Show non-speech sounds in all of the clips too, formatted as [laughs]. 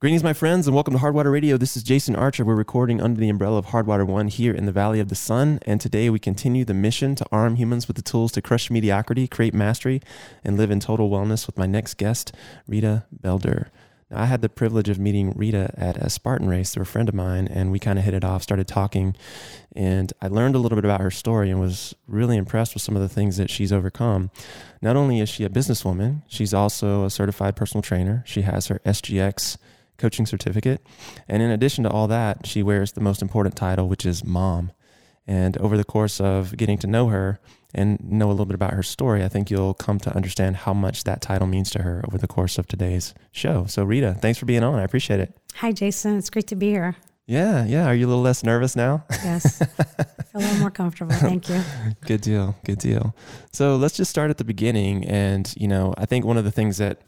Greetings, my friends, and welcome to Hardwater Radio. This is Jason Archer. We're recording under the umbrella of Hardwater One here in the Valley of the Sun, and today we continue the mission to arm humans with the tools to crush mediocrity, create mastery, and live in total wellness with my next guest, Rita Belder. Now, I had the privilege of meeting Rita at a Spartan race through a friend of mine, and we kind of hit it off, started talking, and I learned a little bit about her story and was really impressed with some of the things that she's overcome. Not only is she a businesswoman, she's also a certified personal trainer. She has her SGX coaching certificate. And in addition to all that, she wears the most important title, which is mom. And over the course of getting to know her and know a little bit about her story, I think you'll come to understand how much that title means to her over the course of today's show. So, Rita, thanks for being on. I appreciate it. Hi, Jason. It's great to be here. Yeah, yeah. Are you a little less nervous now? [laughs] Yes. I feel a little more comfortable. Thank you. good deal. Good deal. So, let's just start at the beginning. And, you know, I think one of the things that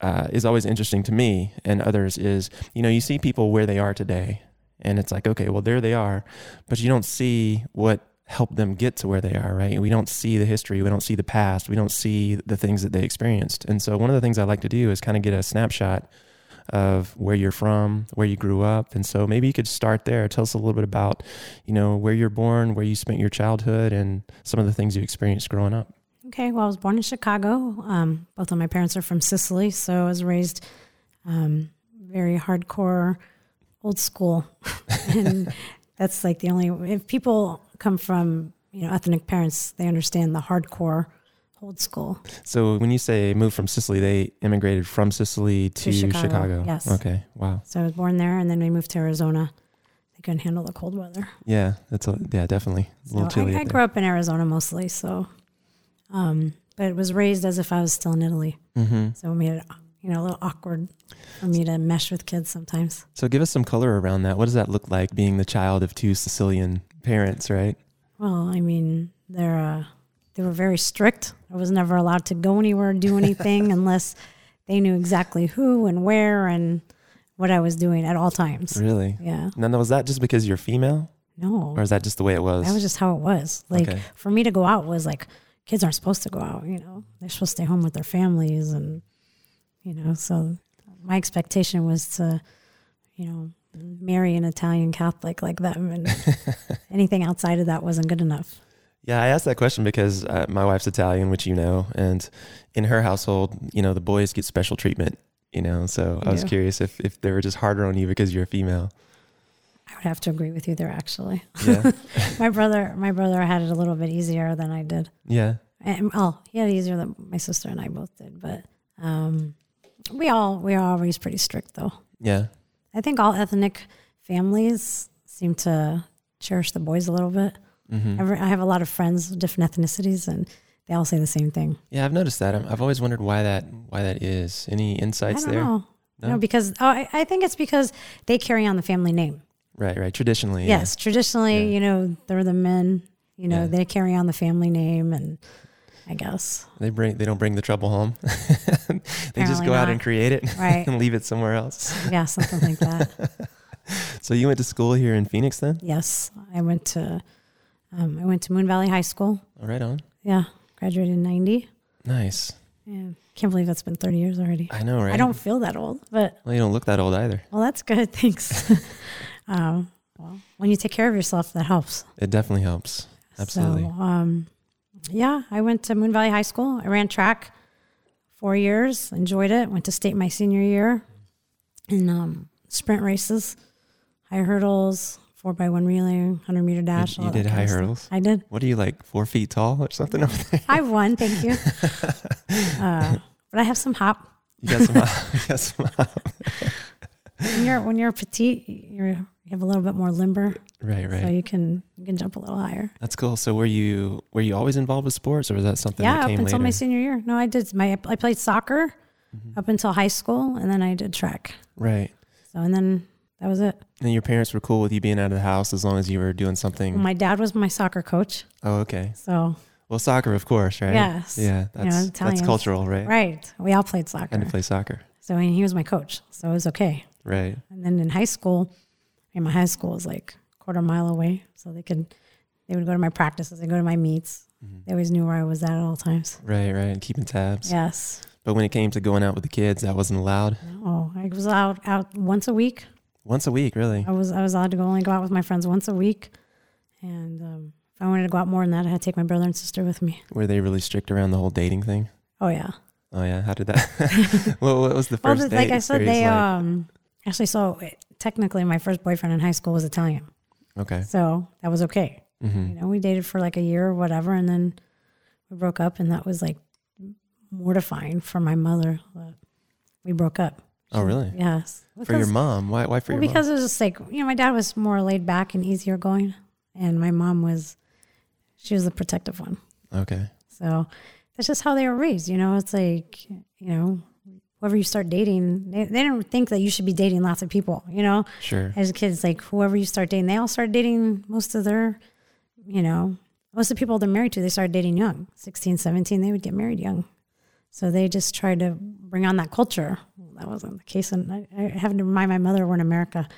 uh, is always interesting to me and others is you know you see people where they are today and it's like okay well there they are but you don't see what helped them get to where they are right we don't see the history we don't see the past we don't see the things that they experienced and so one of the things i like to do is kind of get a snapshot of where you're from where you grew up and so maybe you could start there tell us a little bit about you know where you're born where you spent your childhood and some of the things you experienced growing up Okay, well, I was born in Chicago. Um, both of my parents are from Sicily, so I was raised um, very hardcore, old school, [laughs] and that's like the only. If people come from you know ethnic parents, they understand the hardcore, old school. So when you say move from Sicily, they immigrated from Sicily to, To Chicago, yes. Okay. Wow. So I was born there, and then we moved to Arizona. They couldn't handle the cold weather. Yeah. That's a yeah. Definitely a So little chilly. I, I up grew up in Arizona mostly, so um, but was raised as if I was still in Italy. there. hmm So it made it, you know, a little awkward for me to mesh with kids sometimes. So give us some color around that. What does that look like being the child of two Sicilian parents? Right. Well, I mean, they're uh, they were very strict. I was never allowed to go anywhere, [laughs] do anything unless they knew exactly who and where and what I was doing at all times. Really. Yeah. Now, now, was that just because you're female, No. or is that just the way it was? That was just how it was. Like Okay. for me to go out was like kids aren't supposed to go out, you know. They're supposed to stay home with their families and you know, so my expectation was to, you know, marry an Italian Catholic like [laughs] them and anything outside of that wasn't good enough. Yeah, I asked that question because uh, my wife's Italian, which you know, and in her household, you know, the boys get special treatment. You know, so I was Yeah. curious if if they were just harder on you because you're a [laughs] female. I would have to agree with you there actually. Yeah. my brother my brother had it a little bit easier than I did. yeah. And well, he had it easier than my sister and I both did, but um we all we were always pretty strict though. Yeah. I think all ethnic families seem to cherish the boys a little bit. Mm-hmm. Every, I have a lot of friends of different ethnicities, and they all say the same thing. Yeah, I've noticed that. I'm, I've always wondered why that why that is. Any insights I don't there? know. No, No? because oh, I, I think it's because they carry on the family name. Right, right. Traditionally, yeah. Yes, traditionally, Yeah. you know, they're the men. You know, Yeah. they carry on the family name, and I guess they bring they don't bring the trouble home. [laughs] they just Apparently go out not. and create it [laughs] Right. and leave it somewhere else. [laughs] yeah, something like that. So you went to school here in Phoenix, then? Yes, I went to um, I went to Moon Valley High School. All right, on. Yeah, graduated in '90. Nice. Yeah, can't believe that's been 30 years already. I know, right? I don't feel that old, but Well, you don't look that old either. Well, that's good. [laughs] Thanks. um, well, when you take care of yourself, that helps. It definitely helps. Absolutely. So, um, yeah, I went to Moon Valley High School. I ran track four years, enjoyed it. Went to state my senior year in um, sprint races, high hurdles, four by one relay, hundred meter You- dash. you, all that did kind high of stuff. hurdles. I did. What are you like four feet tall or something? I won. Thank you. Uh, but I have some hop. [laughs] you [laughs] got some. you got some. When you're when you're petite, you're, you have a little bit more limber, Right, so right. you can you can jump a little higher. That's cool. So were you were you always involved with sports, or was that something yeah, that up came until later? Mm-hmm. my senior year. No, I did my I played soccer up until high school, and then I did track. right. So and then that was it. And your parents were cool with you being out of the house as long as you were doing something. My dad was my soccer coach, oh, okay. so Well, soccer, of course, right? yes, Yeah, that's that's Italians. cultural, right? right. We all played And soccer, to play soccer, so and he was my coach, so it was okay. right? And then in high school, I mean, my high school was like a quarter mile away, so they could they would go to my Mm-hmm. practices, they go to my meets. They always knew where I was at at all times. Right, right. Keeping tabs. Yes, But when it came to going out with the kids, that wasn't allowed. Oh, I was out out once a week. Once a week, really. I was I was allowed to go only go out with my friends once a week, and um, if I wanted to go out more than that, I had to take my brother and sister with me. Were they really strict around the whole dating thing? Oh yeah. Oh yeah, how did that? [laughs] well, what was the Well, first th- date? like I said, experience they like? um actually so it, technically my first boyfriend in high school was Italian, okay. so that was okay. hmm uh, You know, we dated for like a year or whatever, and then we broke up, and that was like mortifying for my mother. that We broke up. Oh really? Yes, For your Because- mom? Why? Why for well, your mom? because it was just like you know, my dad was more laid back and easier going, and my mom was, she was the protective one. Okay. So that's just how they were raised. You know, it's like, you know, whoever you start dating, they, they didn't think that you should be dating lots of people. You know, Sure. as kids, like whoever you start dating, they all start dating most of their, you know, most of the people they're married to, they started dating young, 16, 17, they would get married young. So they just tried to bring on that culture. That wasn't the case. And I, I have to remind my mother we're in America.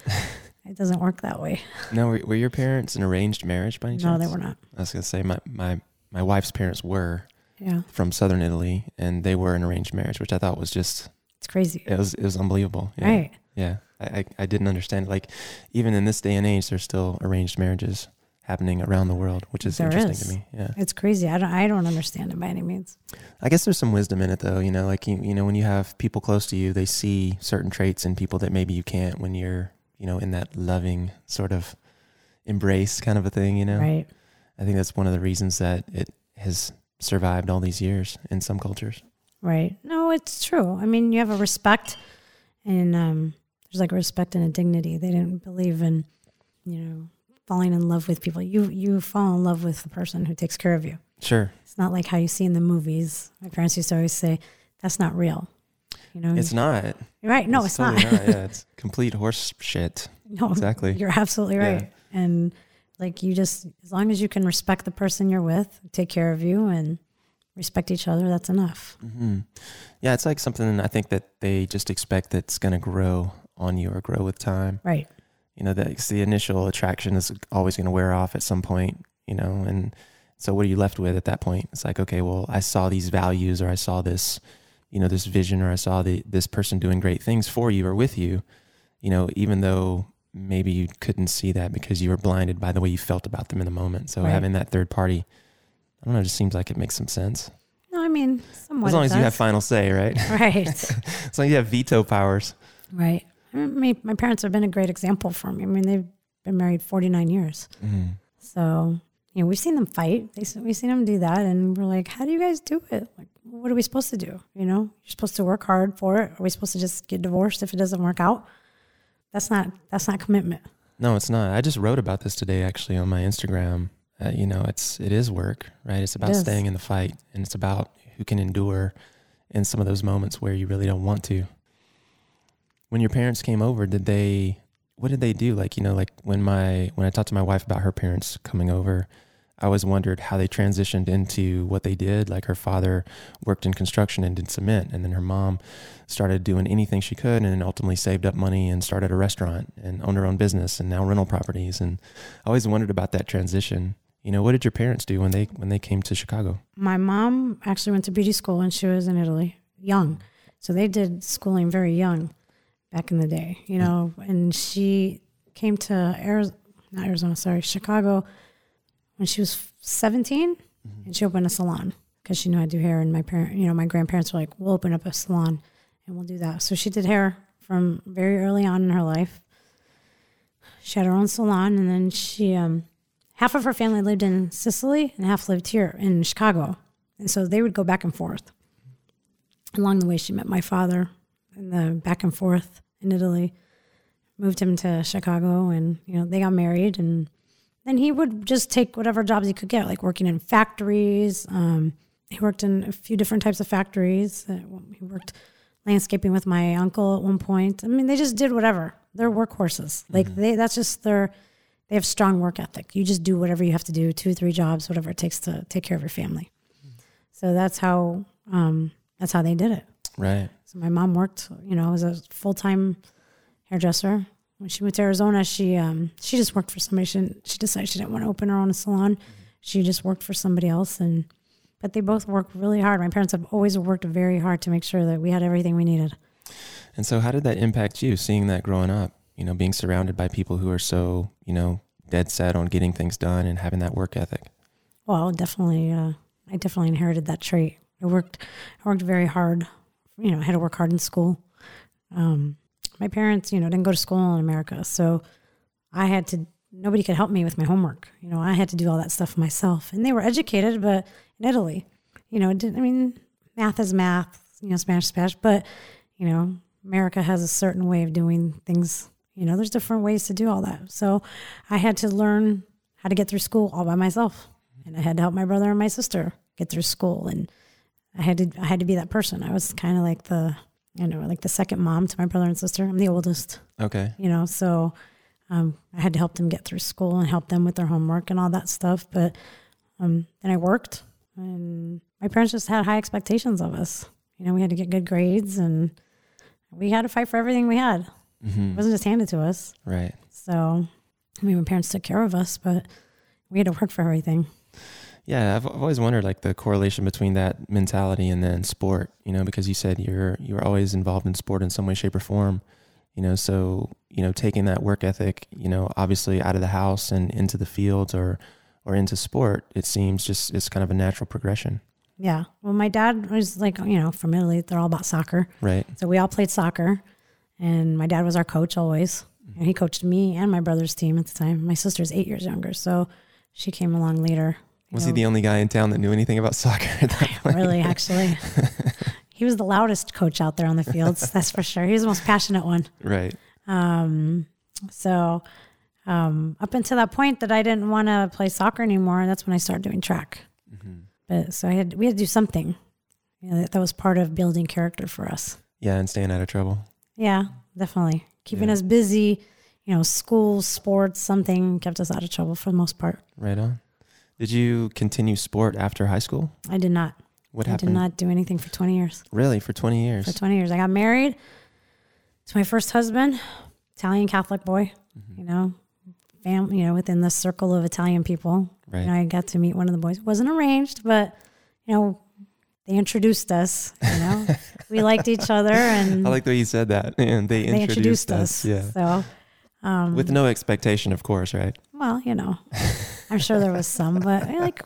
it doesn't work that way. Now, were, were your parents an arranged marriage by any No, chance? they were not. I was gonna say my my my wife's parents were Yeah. from southern Italy, and they were an arranged marriage, which I thought was just It's crazy. it was it was unbelievable. Yeah. Right. Yeah. I, I I didn't understand. Like even in this day and age, there's still arranged marriages happening around the world, which is There interesting is. to me. Yeah. It's crazy. I don't, I don't understand it by any means. I guess there's some wisdom in it though, you know, like you, you know when you have people close to you, they see certain traits in people that maybe you can't when you're, you know, in that loving sort of embrace kind of a thing, you know. Right. I think that's one of the reasons that it has survived all these years in some cultures. Right. No, it's true. I mean, you have a respect, and um, there's like a respect and a dignity. They didn't believe in, you know, falling in love with people. You you fall in love with the person who takes care of you. Sure. It's not like how you see in the movies. My parents used to always say, "That's not real." You know. It's not. right. Mm. No, it's, not. [laughs] Oh, totally Yeah, it's complete horse shit. no, Exactly. You're absolutely Yeah. right. And like you just, as long as you can respect the person you're with, take care of you, and respect each other, that's enough. hmm Yeah, it's like something I think that they just expect that's going to grow on you or grow with time. Right. You know, that's the initial attraction is always going to wear off at some point, you know, and so what are you left with at that point? It's like, okay, well, I saw these values or I saw this, you know, this vision or I saw the, this person doing great things for you or with you, you know, even though maybe you couldn't see that because you were blinded by the way you felt about them in the moment. So Right. having that third party, I don't know, just seems like it makes some sense. No, I mean, somewhat. as it long as you have does. final say, right? [laughs] [laughs] Right. As long as you have veto powers. Right. I mean, my parents have been a great example for me. I mean, they've been married 49 years. So, you know, we've seen them fight. They, s- we've seen them do that. And we're like, how do you guys do it? Like, what are we supposed to do? You know, you're supposed to work hard for it. Are we supposed to just get divorced if it doesn't work out? That's not, that's not commitment. No, it's not. I just wrote about this today, actually, on my Instagram. Uh, you know, it's it is work, right? It's about is. staying in the fight, and it's about who can endure in some of those moments where you really don't want to. When your parents came over, did they? What did they do? Like you know, like when my when I talked to my wife about her parents coming over, I always wondered how they transitioned into what they did. Like her father worked in construction and did cement, and then her mom started doing anything she could, and then ultimately saved up money and started a restaurant and owned her own business, and now rental properties. And I always wondered about that transition. You know, what did your parents do when they when they came to Chicago? My mom actually went to beauty school when she was in Italy, young. So they did schooling very young back in the day, you know, and she came to Arizona, not Arizona, sorry, Chicago when she was 17 and she opened a salon because she knew I do hair. And my parent, you know, my grandparents were like, we'll open up a salon and we'll do that. So she did hair from very early on in her life. She had her own salon and then she, um, half of her family lived in Sicily and half lived here in Chicago. And so they would go back and forth. Along the way, she met my father in the back and forth in Italy, moved him to Chicago, and you know they got married. And then he would just take whatever jobs he could get, like working in factories. Um, he worked in a few different types of factories. Uh, He worked landscaping with my uncle at one point. I mean, they just did whatever. They're workhorses. Like they, that's just their. They have strong work ethic. You just do whatever you have to do, two, three jobs, whatever it takes to take care of your family. So that's how um, that's how they did it. Right. So my mom worked, you know, as a full time hairdresser. When she moved to Arizona, she um, she just worked for somebody. She didn't, she decided she didn't want to open her own salon. She just worked for somebody else, and but they both worked really hard. My parents have always worked very hard to make sure that we had everything we needed. And so, how did that impact you seeing that growing up? You know, being surrounded by people who are so, you know, dead set on getting things done and having that work ethic. Well, definitely, uh, I definitely inherited that trait. I worked, I worked very hard. You know, I had to work hard in school. Um, my parents, you know, didn't go to school in America, so I had to. Nobody could help me with my homework. You know, I had to do all that stuff myself. And they were educated, but in Italy, you know, it didn't, I mean, math is math. You know, Spanish, is Spanish, but you know, America has a certain way of doing things. You know, there's different ways to do all that. So I had to learn how to get through school all by myself. And I had to help my brother and my sister get through school and I had to I had to be that person. I was kind of like the you know, like the second mom to my brother and sister. I'm the oldest, Okay. you know, so um, I had to help them get through school and help them with their homework and all that stuff. But um, then I worked, and my parents just had high expectations of us. You know, we had to get good grades, and we had to fight for everything we had. It hmm wasn't just handed to us. Right. So, I mean, my parents took care of us, but we had to work for everything. Yeah, I've, I've always wondered like the correlation between that mentality and then sport. You know, because you said you're you're always involved in sport in some way, shape, or form. You know, so you know taking that work ethic, you know, obviously out of the house and into the fields or or into sport, it seems just it's kind of a natural progression, Yeah. Well, my dad was like, you know, from Italy, they're all about soccer. right? So we all played soccer, and my dad was our coach always. And he coached me and my brother's team at the time. My sister's eight years younger, so she came along later. you Was know. he the only guy in town that knew anything about [laughs] soccer? At that point? [laughs] really actually? he was the loudest coach out there on the fields. [laughs] That's for sure. He was the most passionate one. Right. Um, so um, up until that point, that I didn't want to play soccer anymore. That's when I started doing track. But so I had we had to do something. You know, that, that was part of building character for us. Yeah, and staying out of trouble. Yeah, definitely. Keeping Yeah. us busy, you know, school, sports, something kept us out of trouble for the most part. Right on. Did you continue sport after high school? I did not. What I happened? did not do anything for 20 years. Really, for twenty years. For 20 years. I got married to my first husband, Italian Catholic boy, Mm-hmm. you know, fam, you know, within the circle of Italian people. Right. And I got to meet one of the boys. It wasn't arranged, but, you know, they introduced us, [laughs] you know. we liked each other and I like the way you said that. [laughs] And they, Mm. they introduced us. Yeah. So um, With no expectation, of course, right? Well, [laughs] you know, I'm sure there was some, but I like,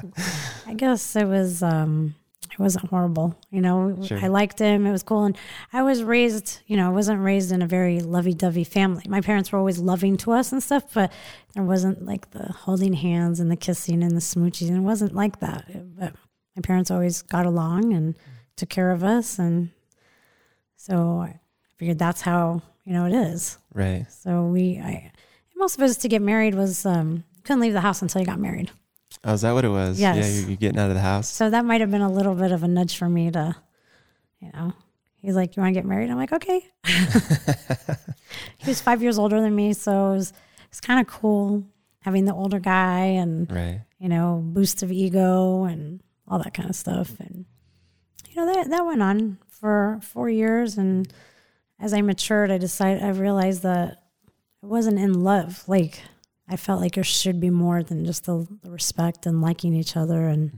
I guess it was, um, it wasn't horrible. You know, Sure. I liked him. It was cool. And I was raised, you know, I wasn't raised in a very lovey dovey family. My parents were always loving to us and stuff, but there wasn't like the holding hands and the kissing and the smooching. And it wasn't like that. It- But my parents always got along and took care of us. And so I figured that's how, you know, it is. Right. So we, I, most of us to get married was um, couldn't leave the house until you got married. Oh, is that what it was? Yeah, Yes. you're, you're getting out of the house. So that might have been a little bit of a nudge for me to, you know, he's like, "You want to get married?" I'm like, "Okay." he was five years older than me, so it was it's kind of cool having the older guy and Right. you know boost of ego and all that kind of stuff. And you know that that went on for four years, and as I matured, I decided I realized that I wasn't in love. Like I felt like there should be more than just the, the respect and liking each other. And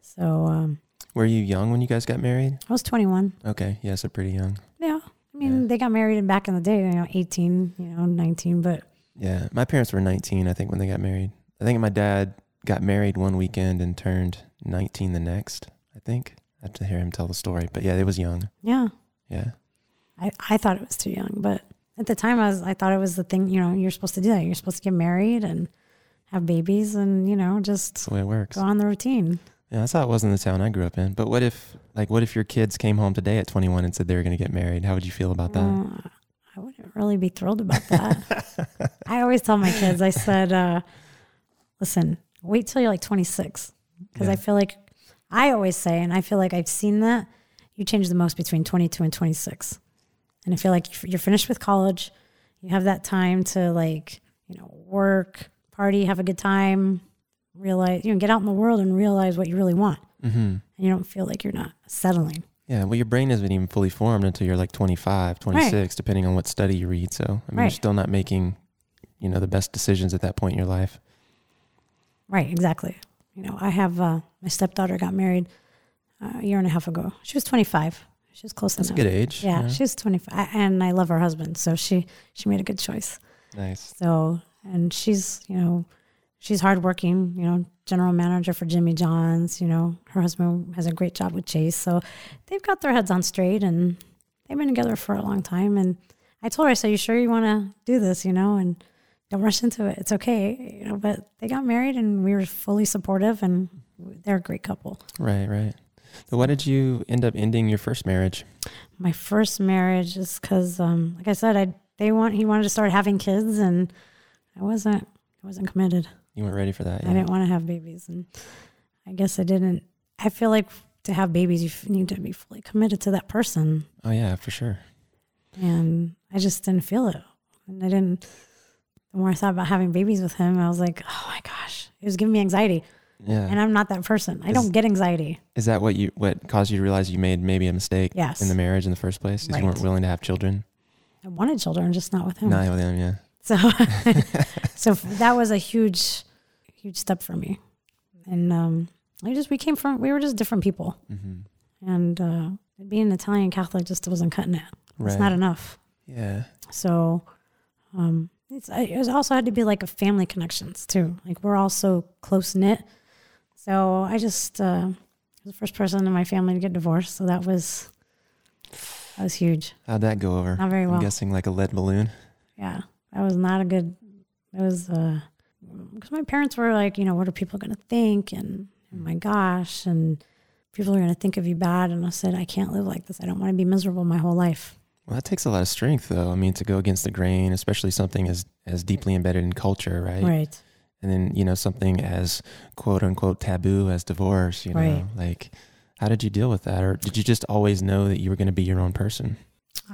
so um, Mm-hmm. Were you young when you guys got married? I was 21. Okay. Yeah, so pretty young. Yeah, I mean they got married in back in the day, you know, 18, you know, 19. But Yeah. My parents were 19, I think, when they got married. I think my dad got married one weekend and turned 19 the next, I think. I have to hear him tell the story. But yeah, it was young. yeah, Yeah. I, I thought it was too young, but at the time I was I thought it was the thing, you know, you're supposed to do that. You're supposed to get married and have babies and, you know, That's just the way it works. go on the routine. Yeah, that's how it was in the town I grew up in. But what if, like, what if your kids came home today at 21 and said they were going to get married? How would you feel about that? Uh, I wouldn't really be thrilled about that. I always tell my kids, I said, uh, listen, wait till you're like 26. Because Yeah. I feel like I always say, and I feel like I've seen that you change the most between 22 and 26. And I feel like you're- you're finished with college. You have that time to like, you know, work, party, have a good time, realize, you know, get out in the world and realize what you really want. Mm-hmm. And you don't feel like you're not settling. Yeah, well, your brain isn't even fully formed until you're like 25, 26, depending on what study you read. So, I mean, you're Right. still not making, you know, the best decisions at that point in your life. Right, exactly. You you know, I have uh, my stepdaughter got married uh, a year and a half ago. She was 25. She was close That's a enough. good age. Yeah, she was 25, I- and I love her husband, so she she made a good choice. Nice. So, and she's, you know, she's hardworking, you know, general manager for Jimmy John's, you know, her husband has a great job with Chase. So they've got their heads on straight and they've been together for a long time. And I told her, I said, you sure you want to do this, you know, and don't rush into it. It's okay. You know, but they got married and we were fully supportive and they're a great couple. Right, right. So why did you end up ending your first marriage? my first marriage is because, um, like I said, I they want he wanted to start having kids, and I wasn't I wasn't committed. You weren't ready for that. I didn't want to have babies, and I guess I didn't. I feel like to have babies, you f- need to be fully committed to that person, Oh yeah, for sure. and I just didn't feel it. And I didn't. The more I thought about having babies with him, I was like, oh my gosh, it was giving me anxiety, Yeah. and I'm not that person. I Is- don't get anxiety. Is that what you what caused you to realize you made maybe a mistake Yes, in the marriage in the first place? Because you weren't Right. Oh. willing to have children. I wanted children, just not with him. Not with them, yeah. [laughs] So, [laughs] so that was a huge, huge step for me. And um, I just we came from we were just different people, hmm and uh, being Italian Catholic just wasn't cutting it. Right. It's not enough. yeah. So, um, it's I- it was also had to be like a family connections too. Like we're all so close knit. So I just uh, was the first person in my family to get divorced. So that was that was huge. How'd that go over? Not very I'm well. guessing like a lead balloon. Yeah, that was not a good. It was uh, because my parents were like, you know, what are people going to think? And oh my gosh, and people are going to think of you bad. And I said, I can't live like this. I don't want to be miserable my whole life. Well, that takes a lot of strength, though. I mean, to go against the grain, especially something as as deeply embedded in culture, right? Right. And then you know something as quote unquote taboo as divorce. You know, Right. like how did you deal with that, or did you just always know that you were going to be your own person?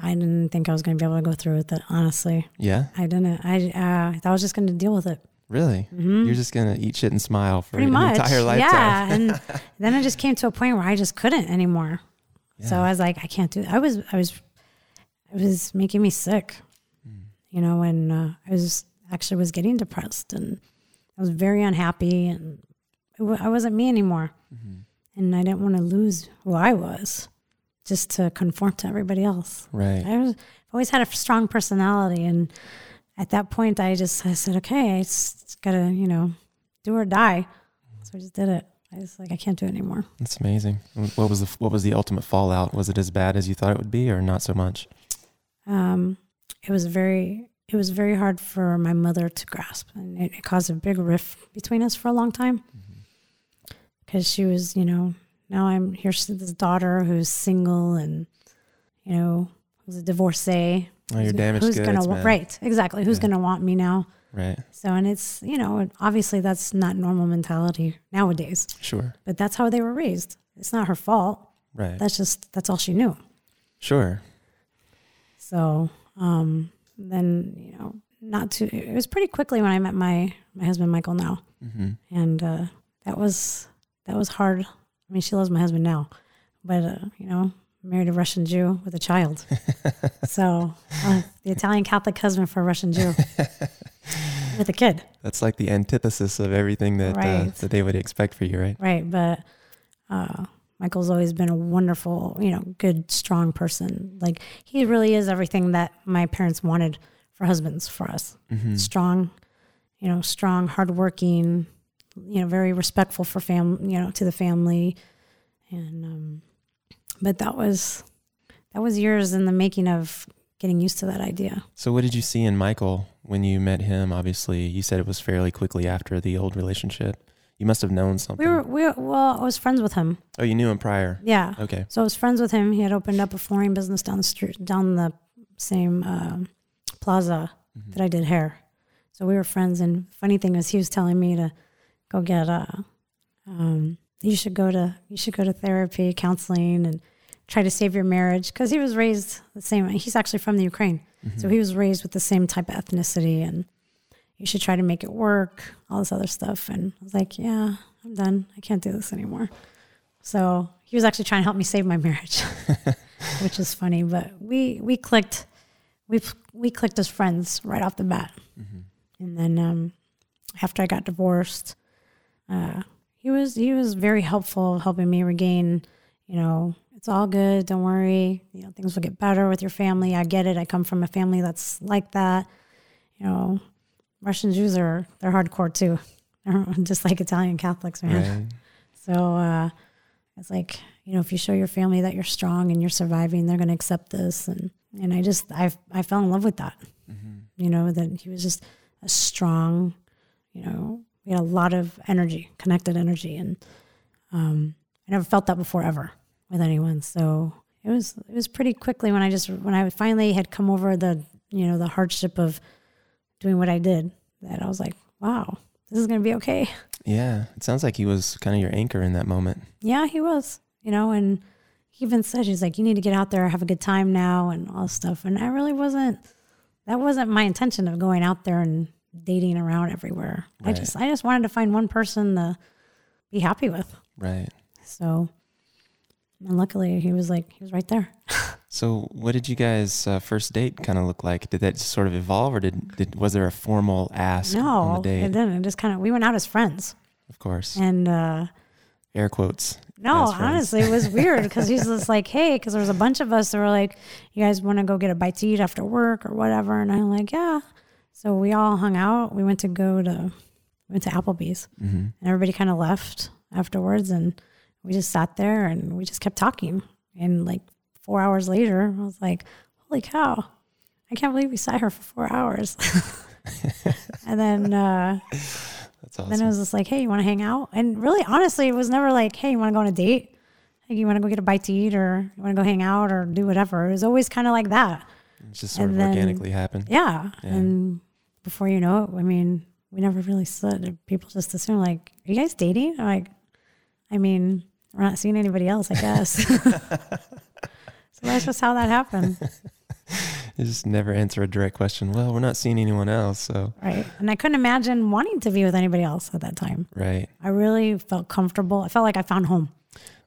I didn't think I was going to be able to go through with it. Honestly, Yeah, I didn't. I uh, I thought I was just going to deal with it. really. Mm-hmm. You're just going to eat shit and smile for Pretty an much. entire lifetime. [laughs] Yeah. and then I just came to a point where I just couldn't anymore. So Yeah. I was like, I can't do. I was, I was, it was making me sick. Mm. you know, and uh, I was actually was getting depressed and I was very unhappy and it w- I wasn't me anymore. Mhm. And I didn't want to lose who I was just to conform to everybody else. Right. I was I've always had a strong personality. And at that point, I just, I said, okay, I just got to, you know, do or die. So I just did it. I was like, I can't do it anymore. That's amazing. What was the what was the ultimate fallout? Was it as bad as you thought it would be, or not so much? um, it was very it was very hard for my mother to grasp and it, it caused a big rift between us for a long time Mm-hmm. because she was you know now i'm here's this daughter who's single and you know who's a divorcee Oh, you're Who's- damaged who's goods, gonna wa- man. right exactly who's Yeah. gonna want me now Right. so and it's you know obviously that's not normal mentality nowadays Sure. but that's how they were raised it's not her fault Right. that's just that's all she knew sure. So um, then, you know, not too. It was pretty quickly when I met my my husband Michael now, hmm and uh, that was that was hard. I mean, she loves my husband now, but uh, you know, married a Russian Jew with a child, so uh, the Italian Catholic husband for a Russian Jew with a kid, That's like the antithesis of everything that uh, Right. that they would expect for you, right? right? But uh, Michael's always been a wonderful, you know, good, strong person. Like he really is everything that my parents wanted for husbands for us. hmm strong, you know, strong, hardworking, you know, very respectful for fam, you know, to the family, and um, but that was that was years in the making of getting used to that idea. So, what did you see in Michael when you met him? Obviously, you said it was fairly quickly after the old relationship. You must have known something. We were we were, well, I was friends with him, oh, you knew him prior. yeah. Okay. So I was friends with him. He had opened up a flooring business down the street, down the same um plaza Mhm. that I did hair. So we were friends. And funny thing is, he was telling me to go get uh um, you should go to you should go to therapy, counseling, and try to save your marriage because he was raised the same. He's actually from the Ukraine, Mm-hmm. so he was raised with the same type of ethnicity, and you should try to make it work. All this other stuff, and I was like, yeah, I'm done. I can't do this anymore. So he was actually trying to help me save my [laughs] marriage, which is funny. But we we clicked, we we clicked as friends right off the bat. Mhm. And then um, after I got divorced, uh, he he was he was very helpful, helping me regain. You know, it's all good. Don't worry. You know, things will get better with your family. I get it. I come from a family that's like that. You know, Russian Jews are they're hardcore too, [laughs] They're just like Italian Catholics, man. Right. So uh, it's like you know, if you show your family that you're strong and you're surviving, they're going to accept this. And and I just I I fell in love with that. You know that he was just a strong. You know, we had a lot of energy, connected energy, and um, I never felt that before ever with anyone. So it was it was pretty quickly when I just when I finally had come over the you know the hardship of doing what I did that I was like, wow, this is going to be okay. Yeah. It sounds like he was kind of your anchor in that moment. Yeah, he was, you know, and he even said, he's like, you need to get out there, have a good time now, and all this stuff. And I really wasn't, that wasn't my intention of going out there and dating around everywhere. I Right. just, I just wanted to find one person to be happy with. Right. So, and luckily he was like, he was right there. So, what did you guys' uh, first date kind of look like? Did that just sort of evolve, or did, did was there a formal ask on No, the it date? didn't. It just kind of, we went out as friends. Of course, And, uh, air quotes. No, as friends. honestly, it was weird because he's just like, hey, because there was a bunch of us that were like, you guys want to go get a bite to eat after work or whatever, and I'm like, yeah. So we all hung out. We went to go to we went to Applebee's, hmm and everybody kind of left afterwards, and we just sat there and we just kept talking. And like four hours later, I was like, holy cow, I can't believe we sat here for four hours. [laughs] and then. uh That's awesome. then it was just like, hey, you want to hang out? And really, honestly, it was never like, hey, you want to go on a date? Like, you want to go get a bite to eat or you want to go hang out or do whatever. It was always kind of like that. It just sort of and then- organically happened. Yeah. Yeah. And before you know it, I mean, we never really said. People just assume, like, are you guys dating? I'm like, I mean, we're not seeing anybody else, I guess. [laughs] so that's just how that happened. You just never answer a direct question. Well, we're not seeing anyone else, so Right. And I couldn't imagine wanting to be with anybody else at that time. right. I really felt comfortable. I felt like I found home.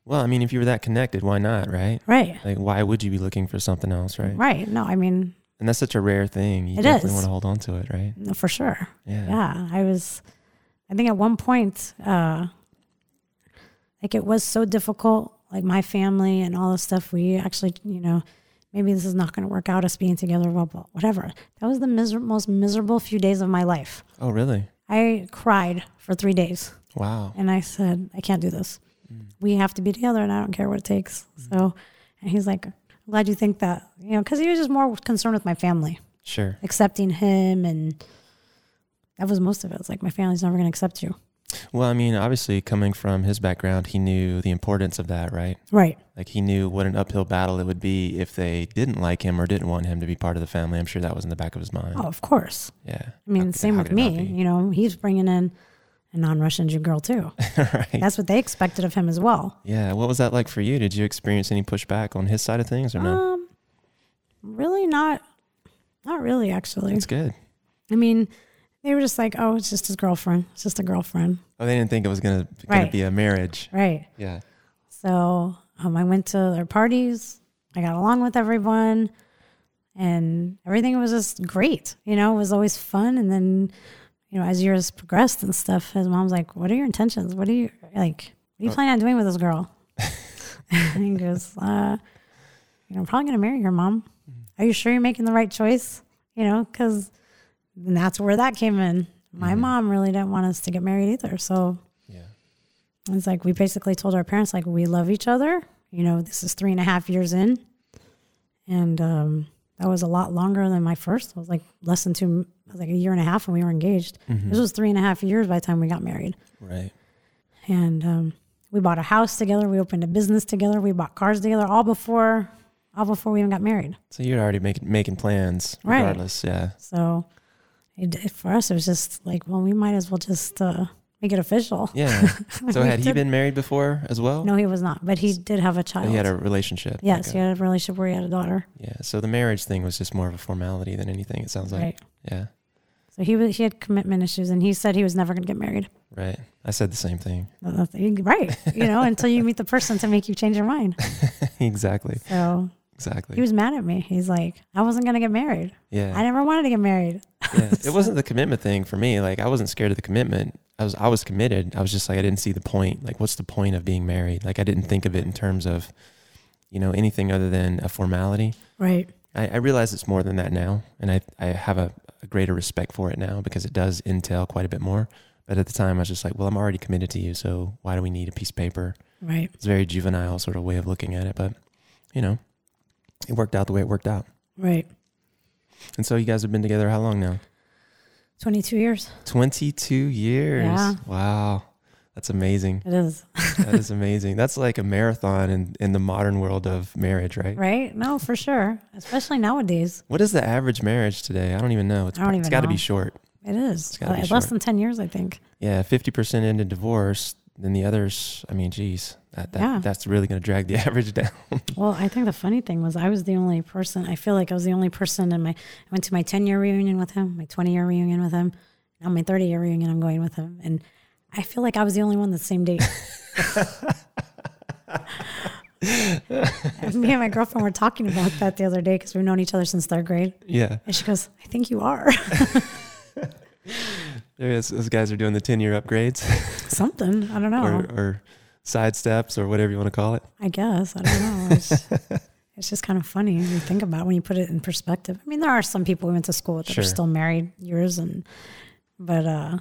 Well, I mean, if you were that connected, why not, right? Right. Like, why would you be looking for something else, right? Right. No, I mean, And that's such a rare thing. You It definitely is. want to hold on to it, right? for sure. Yeah. yeah i was i think at one point uh like it was so difficult like my family and all the stuff we actually you know maybe this is not going to work out us being together blah, blah, whatever that was the miser- most miserable few days of my life Oh, really? i cried for three days Wow. and i said i can't do this we have to be together and i don't care what it takes so and he's like I'm glad you think that you know because he was just more concerned with my family Sure. accepting him and that was most of it. It's like my family's never gonna accept you. Well, I mean, obviously, coming from his background, he knew the importance of that, right? Right. Like he knew what an uphill battle it would be if they didn't like him or didn't want him to be part of the family. I'm sure that was in the back of his mind. Oh, of course. Yeah. I mean, How could- same how with could it not me. be? [laughs] You know, he's bringing in a non-Russian Jew girl too. right. That's what they expected of him as well. Yeah. What was that like for you? Did you experience any pushback on his side of things or no? Um, really not, not really actually. That's good. I mean, they were just like, oh, it's just his girlfriend. It's just a girlfriend, Oh, they didn't think it was gonna gonna Right. be a marriage. right? Yeah. So um, I went to their parties. I got along with everyone, and everything was just great. You know, it was always fun. And then, you know, as years progressed and stuff, his mom's like, "What are your intentions? What are you like? What are you planning on doing with this girl?" [laughs] and he goes, uh, "You know, I'm probably gonna marry her, mom. Are you sure you're making the right choice? You know, because that's where that came in. My mom really didn't want us to get married either, so." Yeah. It's like we basically told our parents, like, we love each other. You know, this is three and a half years in. And um, that was a lot longer than my first. It was like less than two, it was like a year and a half when we were engaged. This Hmm. was three and a half years by the time we got married. Mm-hmm. Right. And um, we bought a house together. We opened a business together. We bought cars together all before, all before we even got married. So you're already making making plans Right. regardless. Yeah. So it, for us, it was just like, well, we might as well just uh, make it official. [laughs] Yeah. so We had he did- been married before as well? No, he was not, but he did have a child. He had a relationship. yes, Okay. he had a relationship where he had a daughter. Yeah. So the marriage thing was just more of a formality than anything. It sounds like. Right. Yeah. So he was, he had commitment issues, and he said he was never going to get married. Right. I said the same thing. [laughs] Right, you know, until you meet the person to make you change your mind. exactly. So Exactly. he was mad at me. He's like, I wasn't going to get married. yeah. I never wanted to get married. yeah. It wasn't the commitment thing for me. Like I wasn't scared of the commitment. I was I was committed. I was just like I didn't see the point. Like what's the point of being married? Like I didn't think of it in terms of, you know, anything other than a formality. Right. I, I realize it's more than that now, and I I have a, a greater respect for it now because it does entail quite a bit more. But at the time, I was just like, well, I'm already committed to you, so why do we need a piece of paper? Right. It's a very juvenile sort of way of looking at it, but you know, it worked out the way it worked out. Right. And so you guys have been together how long now? 22 years. 22 years. Yeah. Wow. That's amazing. It is. That is amazing. That's like a marathon in, in the modern world of marriage, right? Right. No, for sure. Especially nowadays. What is the average marriage today? I don't even know. It's, I don't it's even got to be know. short. It is. gotta be Uh, Less short. than 10 years, I think. Yeah, 50% end in divorce. Then the others, I mean, geez, that, that, Yeah. that's really going to drag the [laughs] average down. Well, I think the funny thing was I was the only person. I feel like I was the only person in my. I went to my ten year reunion with him, my twenty year reunion with him, now my thirty year reunion. I'm going with him, and I feel like I was the only one the same date. And Me and my girlfriend were talking about that the other day because we've known each other since third grade, yeah. and she goes, "I think you are [laughs] There is, those guys are doing the 10 year upgrades something. I don't know. or, or side steps or whatever you want to call it. I guess I don't know. It's, it's just kind of funny when you think about it, when you put it in perspective. I mean, there are some people we went to school with that Sure. are still married years, and but uh,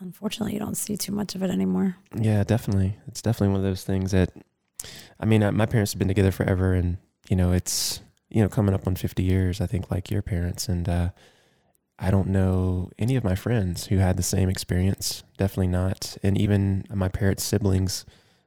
unfortunately, you don't see too much of it anymore. Yeah, definitely. It's definitely one of those things that, I mean, uh, my parents have been together forever, and you know, it's you know coming up on fifty years. I think like your parents, and uh, I don't know any of my friends who had the same experience. Definitely not, and even my parents' siblings,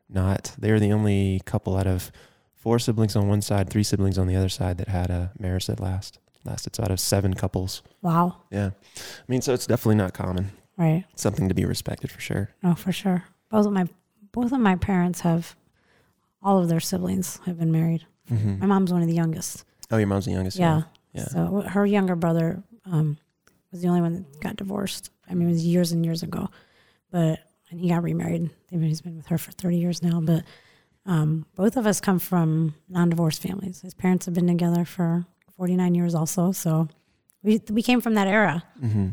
not. They're the only couple out of four siblings on one side, three siblings on the other side that had a marriage that last lasted. So out of seven couples, Wow, yeah. I mean, so it's definitely not common. right? Something to be respected for sure. No, for sure. Both of my both of my parents have all of their siblings have been married. Mm-hmm. My mom's one of the youngest. Oh, your mom's the youngest. yeah. yeah. So her younger brother um, was the only one that got divorced. I mean, it was years and years ago, but and he got remarried. I mean, he's been with her for thirty years now. But um, both of us come from non-divorced families. His parents have been together for forty-nine years, also. So we we came from that era. Mm-hmm.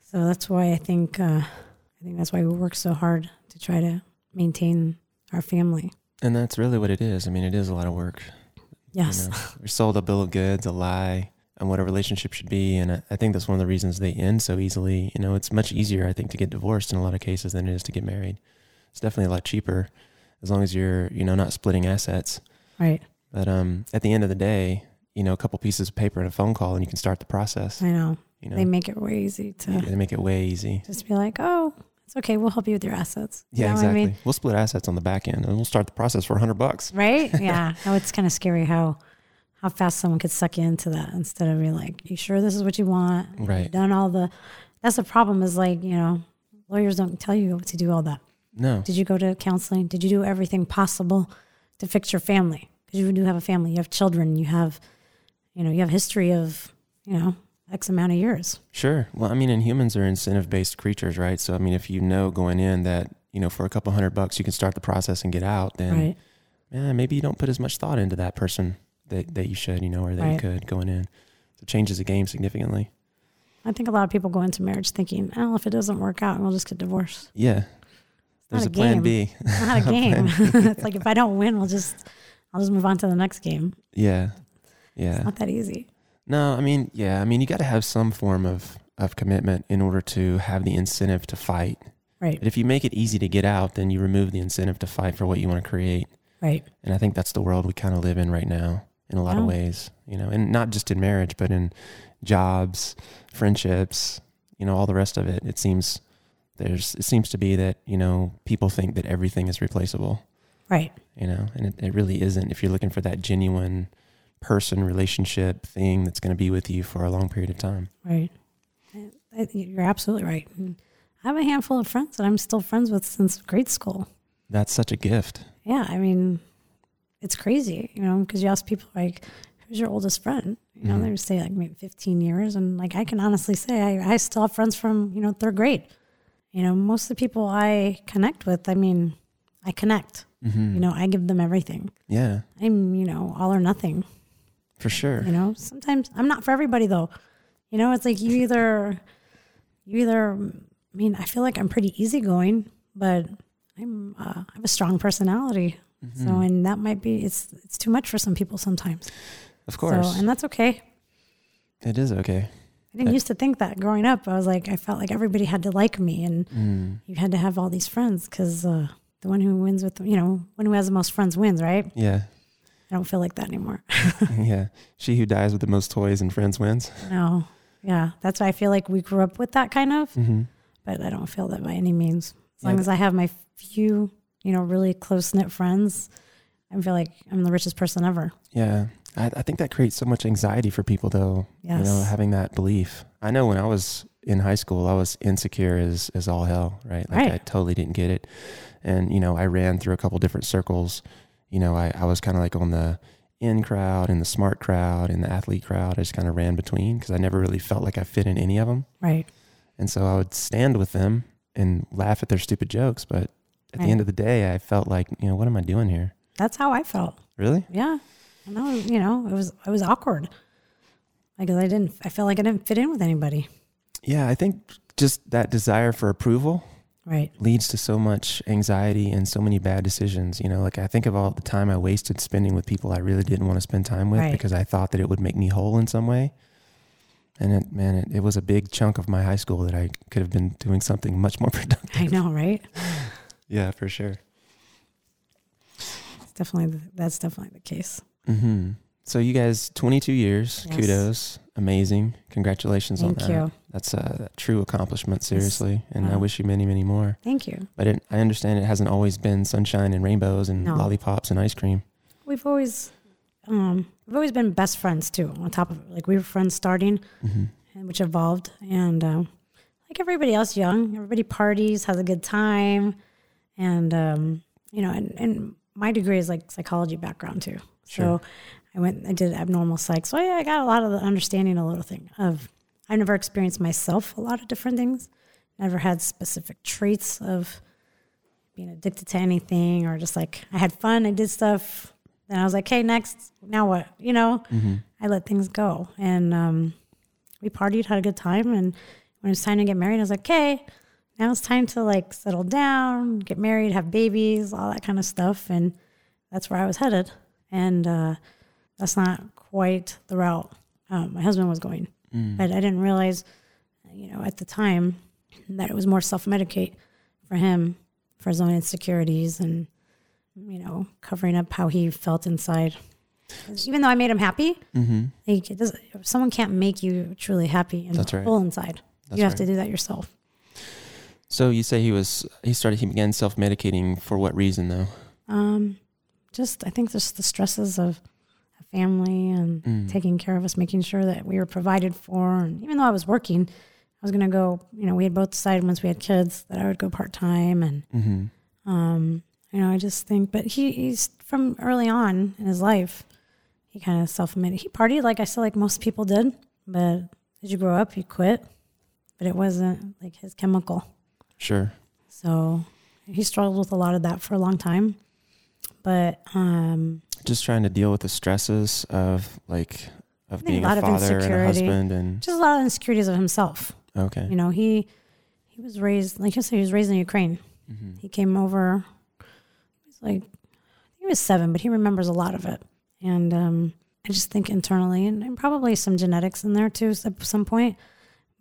So that's why I think uh, I think that's why we work so hard to try to maintain our family. And that's really what it is. I mean, it is a lot of work. you Yes. know. We're sold a bill of goods, a lie on what a relationship should be. And I, I think that's one of the reasons they end so easily. You know, it's much easier, I think, to get divorced in a lot of cases than it is to get married. It's definitely a lot cheaper as long as you're, you know, not splitting assets. Right. But um, at the end of the day, you know, a couple pieces of paper and a phone call and you can start the process. I know You know, they make it way easy to. they make it way easy. just be like, oh, it's okay. We'll help you with your assets. You Yeah, know what exactly. We'll split assets on the back end and we'll start the process for a hundred bucks. [laughs] Right? Yeah. oh, it's kind of scary how how fast someone could suck you into that instead of being like, you sure this is what you want? Right. You've done all the. That's the problem. Is like you know, lawyers don't tell you to do all that. No. Did you go to counseling? Did you do everything possible to fix your family? Because you do have a family. You have children. You have, you know, you have history of you know x amount of years. Sure. Well, I mean, and humans are incentive based creatures, right? So, I mean, if you know going in that, you know, for a couple hundred bucks, you can start the process and get out, then Right. eh, maybe you don't put as much thought into that person that, that you should, you know, or that you Right. could going in. So, it changes the game significantly. I think a lot of people go into marriage thinking, oh, if it doesn't work out, we'll just get divorced. Yeah. not There's a, a plan game. B. It's not a game. [laughs] it's like if I don't win, we'll just I'll just move on to the next game. Yeah. Yeah. It's not that easy. No, I mean, yeah. I mean, you got to have some form of, of commitment in order to have the incentive to fight. Right. But if you make it easy to get out, then you remove the incentive to fight for what you want to create. Right. And I think that's the world we kind of live in right now in a lot of Yeah. ways, you know, and not just in marriage, but in jobs, friendships, you know, all the rest of it. It seems there's, it seems to be that, you know, people think that everything is replaceable, Right. you know, and it, it really isn't. If you're looking for that genuine person relationship thing that's going to be with you for a long period of time. Right. I- I- You're absolutely right. And I have a handful of friends that I'm still friends with since grade school. That's such a gift. Yeah. I mean, it's crazy, you know, because you ask people like, "Who's your oldest friend?" You know, Mhm. they would say like maybe 15 years, and like I can honestly say I, I still have friends from you know third grade. You know, most of the people I connect with, I mean, I connect. Mm-hmm. You know, I give them everything. yeah, I'm, you know, all or nothing. for sure. You know, sometimes I'm not for everybody though. You know, it's like you either you either I mean, I feel like I'm pretty easygoing, but I'm uh, I have a strong personality. Mm-hmm. So, and that might be it's it's too much for some people sometimes. Hmm. Of course, So, and that's okay. it is okay. I didn't Yeah. used to think that growing up. I was like, I felt like everybody had to like me, and Mm. you had to have all these friends because uh, the one who wins with you know, one who has the most friends wins, right? Yeah, I don't feel like that anymore. [laughs] [laughs] yeah. She who dies with the most toys and friends wins. no, yeah, that's why I feel like we grew up with that kind of, Mm-hmm. but I don't feel that by any means. As Yeah, long th- as I have my few, you know, really close knit friends, I feel like I'm the richest person ever. Yeah, I, I think that creates so much anxiety for people, though. Yes. You know, having that belief. I know when I was in high school, I was insecure as as all hell. Right. Like Right. I totally didn't get it, and you know, I ran through a couple different circles. You know, I I was kind of like on the in crowd and the smart crowd and the athlete crowd. I just kind of ran between because I never really felt like I fit in any of them. right. And so I would stand with them and laugh at their stupid jokes. But at Right. the end of the day, I felt like, you know, what am I doing here? That's how I felt. Really? Yeah. And I was, you know, it was, it was awkward because I didn't, I felt like I didn't fit in with anybody. Yeah, I think just that desire for approval Right. leads to so much anxiety and so many bad decisions. You know, like I think of all the time I wasted spending with people I really didn't want to spend time with Right. because I thought that it would make me whole in some way. And it, man, it, it was a big chunk of my high school that I could have been doing something much more [laughs] productive. I know. Right. Yeah, for sure. It's definitely, the, that's definitely the case. hmm So you guys, 22 years, Yes. kudos, amazing, congratulations Thank on that. you. That's a, a true accomplishment, seriously, and I Wow. wish you many, many more. Thank you. But it, I understand it hasn't always been sunshine and rainbows and No. lollipops and ice cream. We've always, um, we've always been best friends too. On top of it, like we were friends starting, hmm and which evolved, and um, like everybody else, young. Everybody parties, has a good time, and um, you know, and, and my degree is like psychology background too. Sure. So I went, I did abnormal psych. So yeah, I got a lot of the understanding, a little thing of. I've never experienced myself a lot of different things. Never had specific traits of being addicted to anything, or just like I had fun, I did stuff. Then I was like, "Hey, next, now what?" You know, Mm-hmm. I let things go, and um, we partied, had a good time, and when it was time to get married, I was like, "Okay, now it's time to like settle down, get married, have babies, all that kind of stuff," and that's where I was headed, and uh, that's not quite the route um, my husband was going, Mm-hmm. but I didn't realize, you know, at the time that it was more self medicate for him for his own insecurities and you know covering up how he felt inside. 'Cause Even though I made him happy, hmm like it doesn't, someone can't make you truly happy and That's right. whole inside. That's you have right. to do that yourself. So you say he was he started he began self medicating for what reason though? Um, just I think just the stresses of a family and Mm. taking care of us, making sure that we were provided for. And even though I was working, I was gonna go. You know, we had both decided once we had kids that I would go part time, and hmm um, you know, I just think. But he, he's from early on in his life, he kind of self admitted he partied like I feel like most people did. But as you grow up, you quit. But it wasn't like his chemical. Sure. So he struggled with a lot of that for a long time. But um, Just trying to deal with the stresses of like of think being a lot a of father and a insecurity. husband and just a lot of insecurities of himself. okay. You know, he he was raised like you said, he was raised in Ukraine. Mhm. He came over. He was like he was seven, but he remembers a lot of it. And um, I just think internally, and, and probably some genetics in there too s- at some point.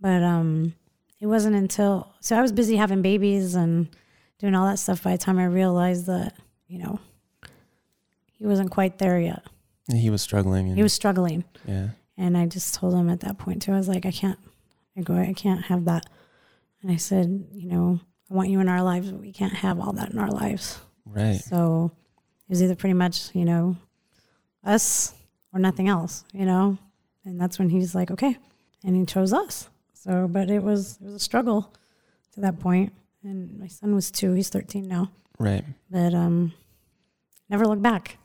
But um, it wasn't until so I was busy having babies and doing all that stuff. By the time I realized that you know he wasn't quite there yet, He was struggling and he was struggling. yeah. And I just told him at that point too, I was like, I can't, I go, I can't have that. And I said, you know, I want you in our lives, but we can't have all that in our lives. Right. So it was either pretty much, you know, us or nothing else, you know? And that's when he's like, okay. And he chose us. So, but it was, it was a struggle to that point. And my son was two, he's 13 now, Right. but, um, never looked back.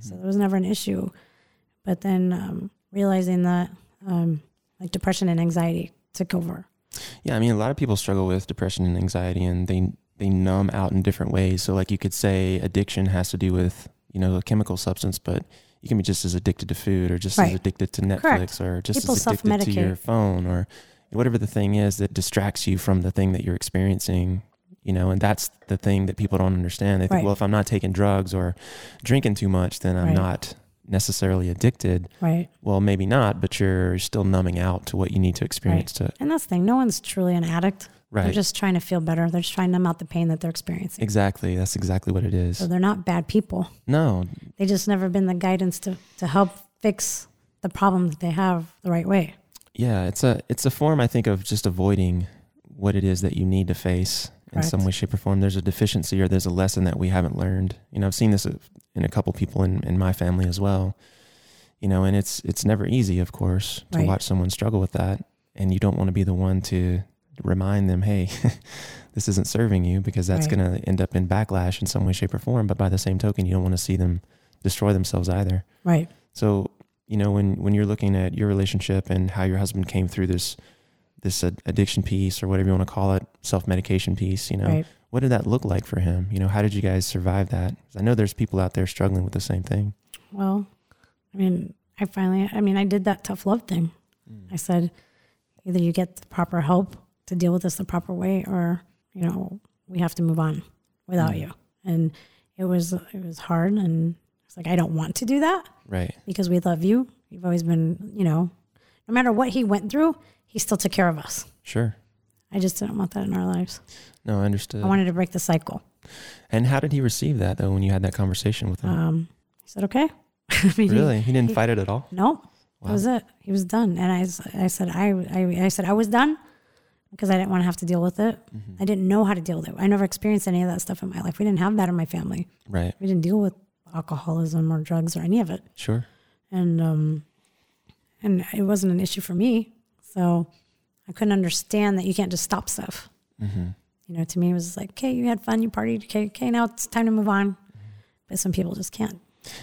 So Mhm. there was never an issue. But then um, realizing that um, like depression and anxiety took over. Yeah, I mean, a lot of people struggle with depression and anxiety, and they they numb out in different ways. So, like, you could say addiction has to do with you know a chemical substance, but you can be just as addicted to food, or just as Right. addicted to Netflix, Correct. or just People as addicted to your self-medicate. phone, or whatever the thing is that distracts you from the thing that you're experiencing you know and that's the thing that people don't understand they think Right. well if i'm not taking drugs or drinking too much then i'm Right. not necessarily addicted right? well maybe not but you're still numbing out to what you need to experience to And that's the thing. No one's truly an addict. They're right just trying to feel better. They're just trying to numb out the pain that they're experiencing. exactly that's exactly what it So is they're not bad people. no They just never been the guidance to, to help fix the problem that they have the right way. yeah it's a it's a form i think of just avoiding what it is that you need to face in Correct. some way shape or form there's a deficiency or there's a lesson that we haven't learned you know i've seen this uh, in a couple people in, in my family as well you know and it's it's never easy of course to Right. watch someone struggle with that and you don't want to be the one to remind them hey [laughs] this isn't serving you because that's Right. going to end up in backlash in some way shape or form but by the same token you don't want to see them destroy themselves either Right. so, you know, when when you're looking at your relationship and how your husband came through this this ad- addiction piece or whatever you want to call it, self medication piece, you know, Right. what did that look like for him? You know, how did you guys survive that? 'Cause I know there's people out there struggling with the same thing. Well, I mean, I finally, I mean, I did that tough love thing. I said, either you get the proper help to deal with this the proper way, or you know, we have to move on without Mm. you. And it was it was hard, and it's like I don't want to do that Right. because we love you. You've always been, you know, no matter what he went through, he still took care of us. Sure. I just didn't want that in our lives. No, I understood. I wanted to break the cycle. and how did he receive that though when you had that conversation with him? Um, he said, okay. [laughs] I mean, he- really? He didn't he- fight it at all? no, That Wow. was it. He was done. And I, s- I said, I, I, I said, I was done because I didn't want to have to deal with it. Mhm. I didn't know how to deal with it. I never experienced any of that stuff in my life. We didn't have that in my family. Right. We didn't deal with alcoholism or drugs or any of it. Sure. And, um, and it wasn't an issue for me. So I couldn't understand that you can't just stop stuff. hmm You know, to me, it was like, okay, you had fun, you partied, okay, okay, now it's time to move on. But some people just can't.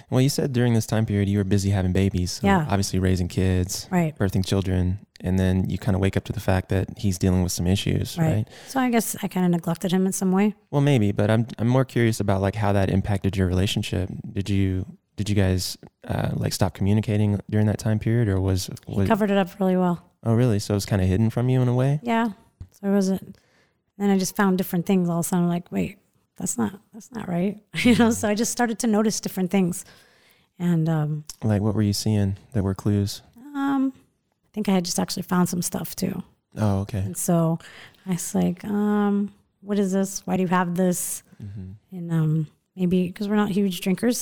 Well, you said during this time period you were busy having babies. So Yeah. Obviously raising kids. Right. birthing children and then you kind of wake up to the fact that he's dealing with some issues right, Right. So I guess I kind of neglected him in some way. well maybe but i'm i'm more curious about like how that impacted your relationship did you did you guys uh, like stop communicating during that time period or was He was covered it up really well. oh really so it was kind of hidden from you in a way Yeah. So it wasn't. Then I just found different things. All of a sudden, I'm like, wait, that's not that's not right. [laughs] you know. So I just started to notice different things, and um, like what were you seeing that were clues um, I think I had just actually found some stuff too. oh okay And so I was like, um, what is this? Why do you have this? hmm And um, maybe because we're not huge drinkers,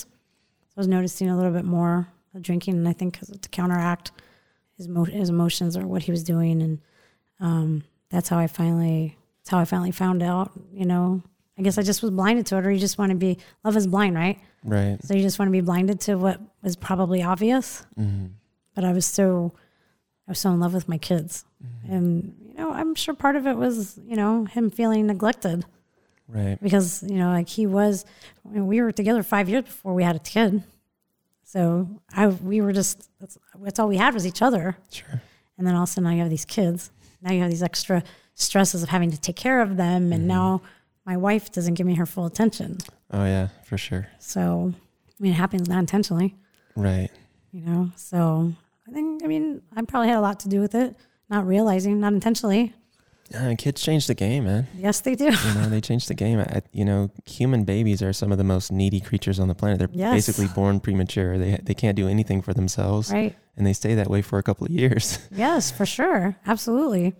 so I was noticing a little bit more of drinking, and I think 'cause to counteract his mo- his emotions or what he was doing, and um, that's how I finally that's how I finally found out. You know, I guess I just was blinded to it, or you just want to be love is blind, right? right So you just want to be blinded to what was probably obvious. hmm But I was so I was so in love with my kids, Mm-hmm. and you know, I'm sure part of it was you know him feeling neglected right because you know like he was I mean, we were together five years before we had a kid so i we were just that's, that's all we had was each other sure and then also now you have these kids now you have these extra stresses of having to take care of them and now my wife doesn't give me her full attention oh yeah for sure so i mean it happens not intentionally right you know so i think i mean i probably had a lot to do with it not realizing not intentionally uh, kids change the game man yes they do you know they changed the game I, I- you know human babies are some of the most needy creatures on the planet they're Yes. basically born premature they they can't do anything for themselves right and they stay that way for a couple of years [laughs] Yes, for sure. Absolutely.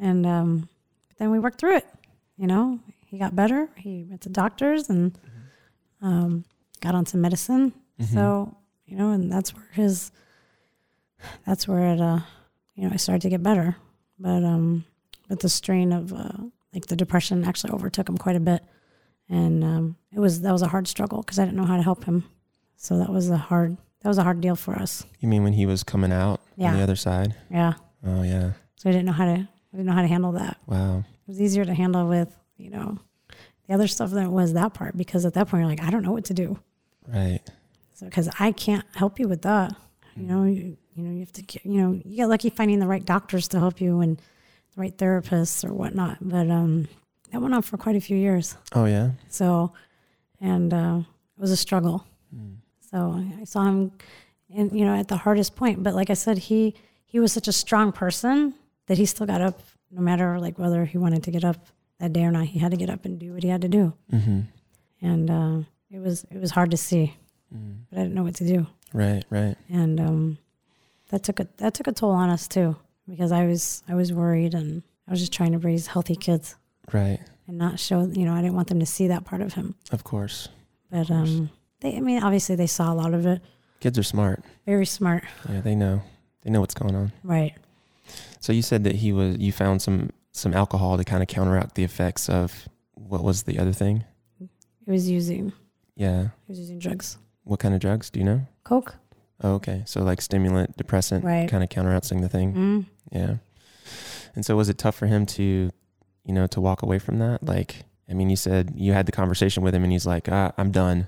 And um, then we worked through it. You know, he got better. He went to doctors and um, got on some medicine. Mm-hmm. So, you know, and that's where his, that's where it, uh, you know, I started to get better. But, um, but the strain of uh, like the depression actually overtook him quite a bit. And um, it was, that was a hard struggle because I didn't know how to help him. So that was a hard, that was a hard deal for us. you mean when he was coming out on the Yeah. other side Yeah. oh yeah So I didn't know how to I didn't know how to handle that. wow It was easier to handle with, you know, the other stuff than it was that part because at that point you're like, I don't know what to do. right So because I can't help you with that. You know, Mm-hmm. you, you know, you have to get, you know, you get lucky finding the right doctors to help you and the right therapists or whatnot. But um that went on for quite a few years. oh yeah So and uh it was a struggle. Mm. So I- I saw him and you know, at the hardest point. But like I said, he he was such a strong person that he still got up no matter like whether he wanted to get up that day or not. He had to get up and do what he had to do, Mm-hmm. and uh, it was it was hard to see, Mm. but I didn't know what to do, Right, right. and um, that took a that took a toll on us too because I was I was worried and I was just trying to raise healthy kids Right. and not show you know I didn't want them to see that part of him, Of course. but course. um, they I mean obviously they saw a lot of it. Kids are smart. Very smart, Yeah, they know. They know what's going on. right? So you said that he was you found some some alcohol to kind of counteract the effects of what was the other thing? He was using Yeah. he was using drugs, What kind of drugs do you know? coke, Oh, okay. So like stimulant, depressant, Right. kind of counteracting the thing. mm, Yeah. And so was it tough for him to, you know, to walk away from that? Like, I mean, you said you had the conversation with him and he's like, ah, I'm done.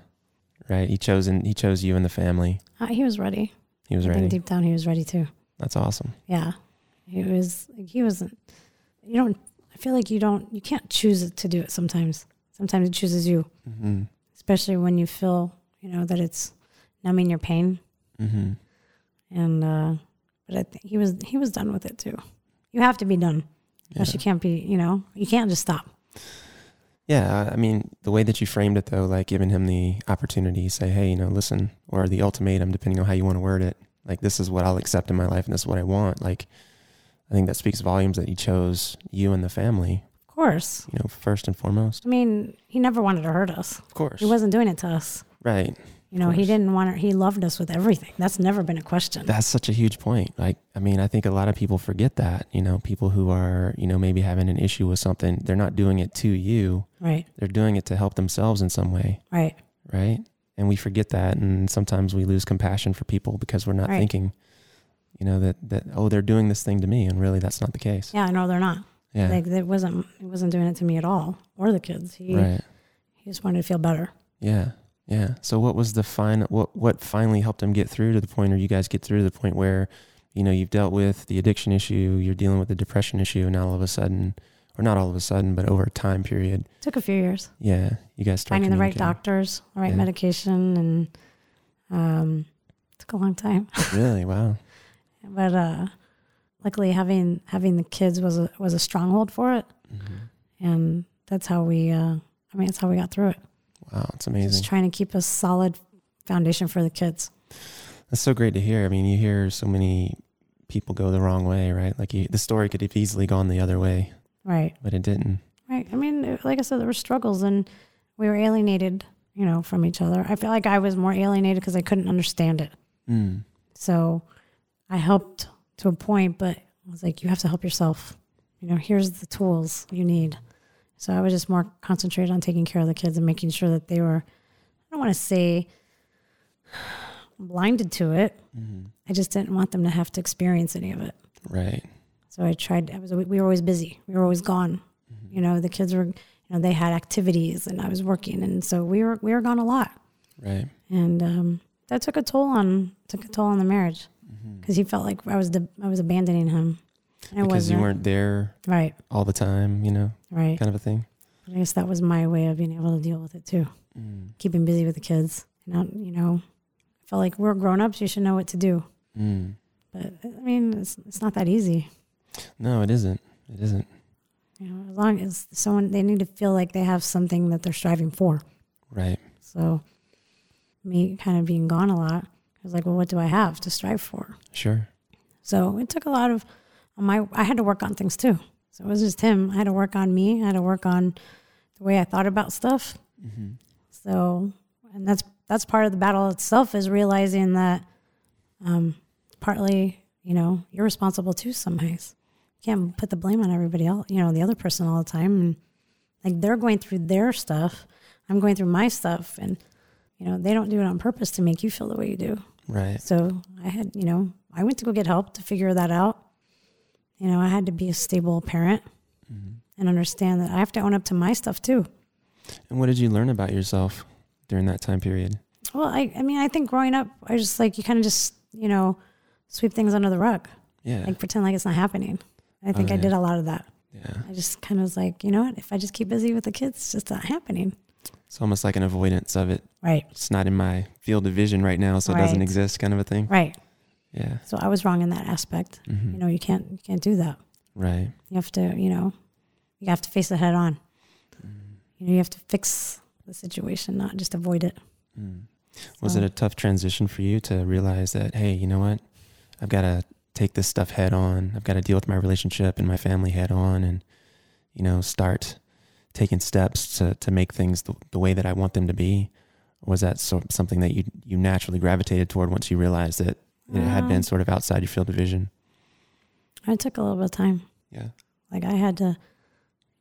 Right. He chose and he chose you and the family. Uh, he was ready. He was I think ready. deep down he was ready too. That's awesome. Yeah. He was he wasn't you don't I feel like you don't you can't choose to do it sometimes. Sometimes it chooses you, Mm-hmm. especially when you feel, you know, that it's numbing your pain Mm-hmm. and uh but I think he was he was done with it too. You have to be done. Yeah. Plus you can't be, you know, you can't just stop. yeah. I- I mean, the way that you framed it though, like giving him the opportunity, say, hey, you know, listen, or the ultimatum, depending on how you want to word it. Like, this is what I'll accept in my life and this is what I want. Like, I think that speaks volumes that he chose you and the family, Of course. you know, first and foremost. I mean, he never wanted to hurt us. Of course. He wasn't doing it to us. Right. You know, he course. didn't want to, he loved us with everything. That's never been a question. That's such a huge point. Like, I mean, I think a lot of people forget that, you know, people who are, you know, maybe having an issue with something, they're not doing it to you. right. They're doing it to help themselves in some way, Right. right? And we forget that. And sometimes we lose compassion for people because we're not Right. thinking, you know, that, that, oh, they're doing this thing to me. And really, that's not the case. Yeah, no, they're not. Yeah. Like it wasn't it wasn't doing it to me at all or the kids. He right. he just wanted to feel better. Yeah. Yeah. So what was the final what what finally helped him get through to the point or you guys get through to the point where, you know, you've dealt with the addiction issue, you're dealing with the depression issue, and all of a sudden or not all of a sudden, but over a time period, Took a few years yeah, you guys start finding the right communicating. doctors, the right Yeah. medication, and um, took a long time. [laughs] Really? Wow. But uh, luckily, having having the kids was a was a stronghold for it, Mhm. and that's how we. Uh, I mean, that's how we got through it. Wow, it's Just amazing. trying to keep a solid foundation for the kids. That's so great to hear. I mean, you hear so many people go the wrong way, right? Like you, the story could have easily gone the other way, Right. but it didn't. Right. I mean, it- like I said, there were struggles, and we were alienated, you know, from each other. I feel like I was more alienated because I couldn't understand it. Mm. So I helped to a point, but I was like, you have to help yourself. You know, here's the tools you need. So I was just more concentrated on taking care of the kids and making sure that they were, I don't want to say [sighs] blinded to it. Mhm. I just didn't want them to have to experience any of it. Right. So I tried, I was, we were always busy. We were always gone. Mm-hmm. You know, the kids were, you know, they had activities and I was working. And so we were, we were gone a lot. Right. And um, that took a toll on, took a toll on the marriage Mhm. because he felt like I was de- I was abandoning him. And I Because you wasn't. weren't there right, all the time, you know, right. kind of a thing. I guess that was my way of being able to deal with it too. Mm. Keeping busy with the kids, and I, you know, I felt like we're grown ups. You should know what to do. Mm. But uh, I mean, it's it's not that easy. No, it isn't. It isn't. You know, as long as someone they need to feel like they have something that they're striving for. Right. So me kind of being gone a lot, I was like, well, what do I have to strive for? Sure. So it took a lot of on my. I had to work on things too. So it was just him. I had to work on me. I had to work on the way I thought about stuff. Mm-hmm. So, and that's that's part of the battle itself is realizing that um, partly, you know, you're responsible too. Some ways you can't put the blame on everybody else. You know, the other person all the time, and like they're going through their stuff. I'm going through my stuff, and you know, they don't do it on purpose to make you feel the way you do. Right. So I had, you know, I went to go get help to figure that out. You know, I had to be a stable parent Mm-hmm. and understand that I have to own up to my stuff too. And what did you learn about yourself during that time period? Well, I, I mean, I think growing up, I just like, you kind of just, you know, sweep things under the rug, Yeah. like pretend like it's not happening. I think Oh, I yeah. did a lot of that. yeah. I just kind of was like, you know what? If I just keep busy with the kids, it's just not happening. It's almost like an avoidance of it. Right. It's not in my field of vision right now, so it doesn't Right. exist, kind of a thing. Right. Yeah. So I was wrong in that aspect. Mm-hmm. You know, you can't, you can't do that. Right. You have to, you know, you have to face it head on. You know, you have to fix the situation, not just avoid it. Mm. Was So- it a tough transition for you to realize that, hey, you know what? I've got to take this stuff head on. I've got to deal with my relationship and my family head on and, you know, start taking steps to, to make things the, the way that I want them to be? Or was that so, something that you, you naturally gravitated toward once you realized that it had Um, been sort of outside your field of vision? It took a little bit of time. Yeah. Like I had to,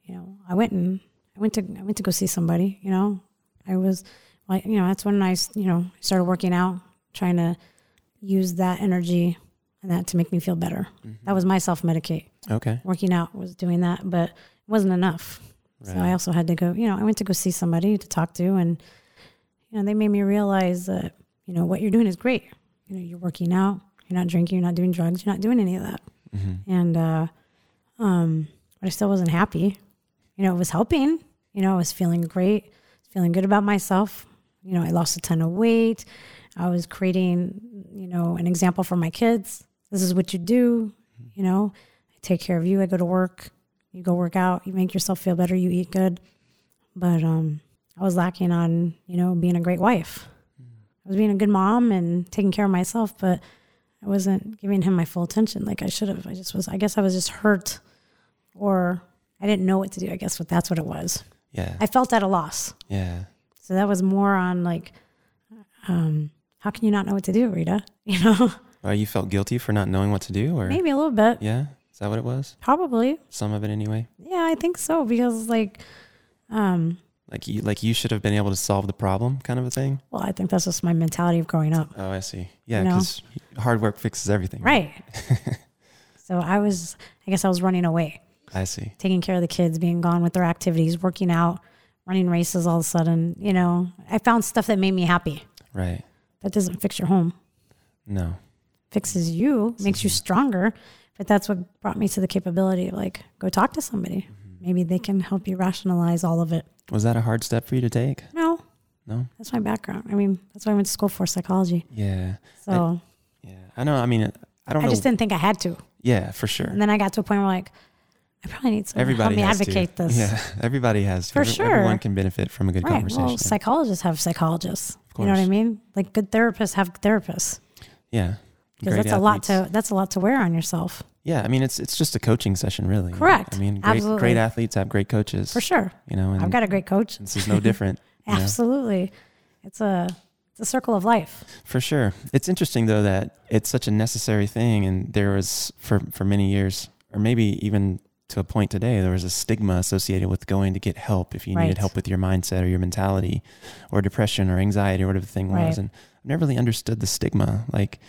you know, I went and I went to I went to go see somebody. You know, I was like, you know, that's when I s- you know started working out, trying to use that energy and that to make me feel better. That was my self medicate. Okay. Working out was doing that, but it wasn't enough. So I Right. also had to go, you know, I went to go see somebody to talk to and you know, they made me realize that, you know, what you're doing is great. You know, you're working out, you're not drinking, you're not doing drugs, you're not doing any of that. Mhm. And uh um but I still wasn't happy. You know, it was helping. You know, I was feeling great, feeling good about myself. You know, I lost a ton of weight. I was creating, you know, an example for my kids. This is what you do, you know. I take care of you, I go to work, you go work out, you make yourself feel better, you eat good. But um I was lacking on, you know, being a great wife. I was being a good mom and taking care of myself, but I wasn't giving him my full attention like I should have. I just was I guess I was just hurt or I didn't know what to do. I guess what that's what it was. Yeah. I felt at a loss. yeah. So that was more on like um how can you not know what to do, Rita? [laughs] You know, Or you felt guilty for not knowing what to do? Or, maybe a little bit, yeah. Is that what it was? probably. Some of it anyway? Yeah, I think so because like um Like you, like you should have been able to solve the problem, kind of a thing. well, I think that's just my mentality of growing up. Oh, I see. Yeah, You know? because hard work fixes everything. Right. [laughs] so I was I guess I was running away. I see. taking care of the kids, being gone with their activities, working out, running races all of a sudden, you know, I found stuff that made me happy. Right. That doesn't fix your home. No. Fixes you, makes you stronger. But that's what brought me to the capability of like, go talk to somebody. Maybe they can help you rationalize all of it. Was that a hard step for you to take? No, No. that's my background. I mean, that's why I went to school for psychology. Yeah. So Yeah. I know. I mean, I don't I, know. just didn't think I had to. yeah, for sure. And then I got to a point where like, I probably need someone Everybody to help has me [laughs] advocate to. this. Yeah. Everybody has to. For Everyone sure. can benefit from a good Right. conversation. Well, psychologists have psychologists. You know what I course. mean? Like good therapists have therapists. yeah. because Great that's a lot athletes. to that's a lot to wear on yourself Yeah. I mean, it's it's just a coaching session, really. you know? Correct. I mean, great, Absolutely. great athletes have great coaches. for sure. You know, and I've got a great coach. this [laughs] is no different. you know? Absolutely, it's a it's a circle of life. For sure. It's interesting though that it's such a necessary thing and there was for for many years or maybe even to a point today there was a stigma associated with going to get help if you needed Right. help with your mindset or your mentality or depression or anxiety or whatever the thing was Right. and I never really understood the stigma like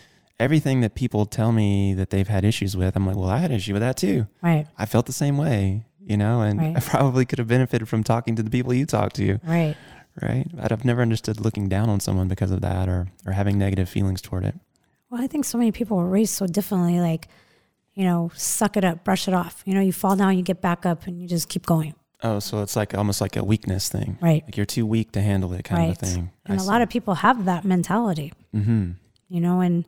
everything that people tell me that they've had issues with I'm like well I had an issue with that too. Right, I felt the same way, you know, and [laughs] Right. I probably could have benefited from talking to the people you talk to right. right? I'd have never understood looking down on someone because of that or, or having negative feelings toward it. Well, I think so many people were raised so differently. Like, you know, suck it up, brush it off. You know, you fall down, you get back up, and you just keep going. Oh, so it's like almost like a weakness thing. Right. Like you're too weak to handle it kind of Right. a thing. And a lot of people have that mentality. hmm You know, and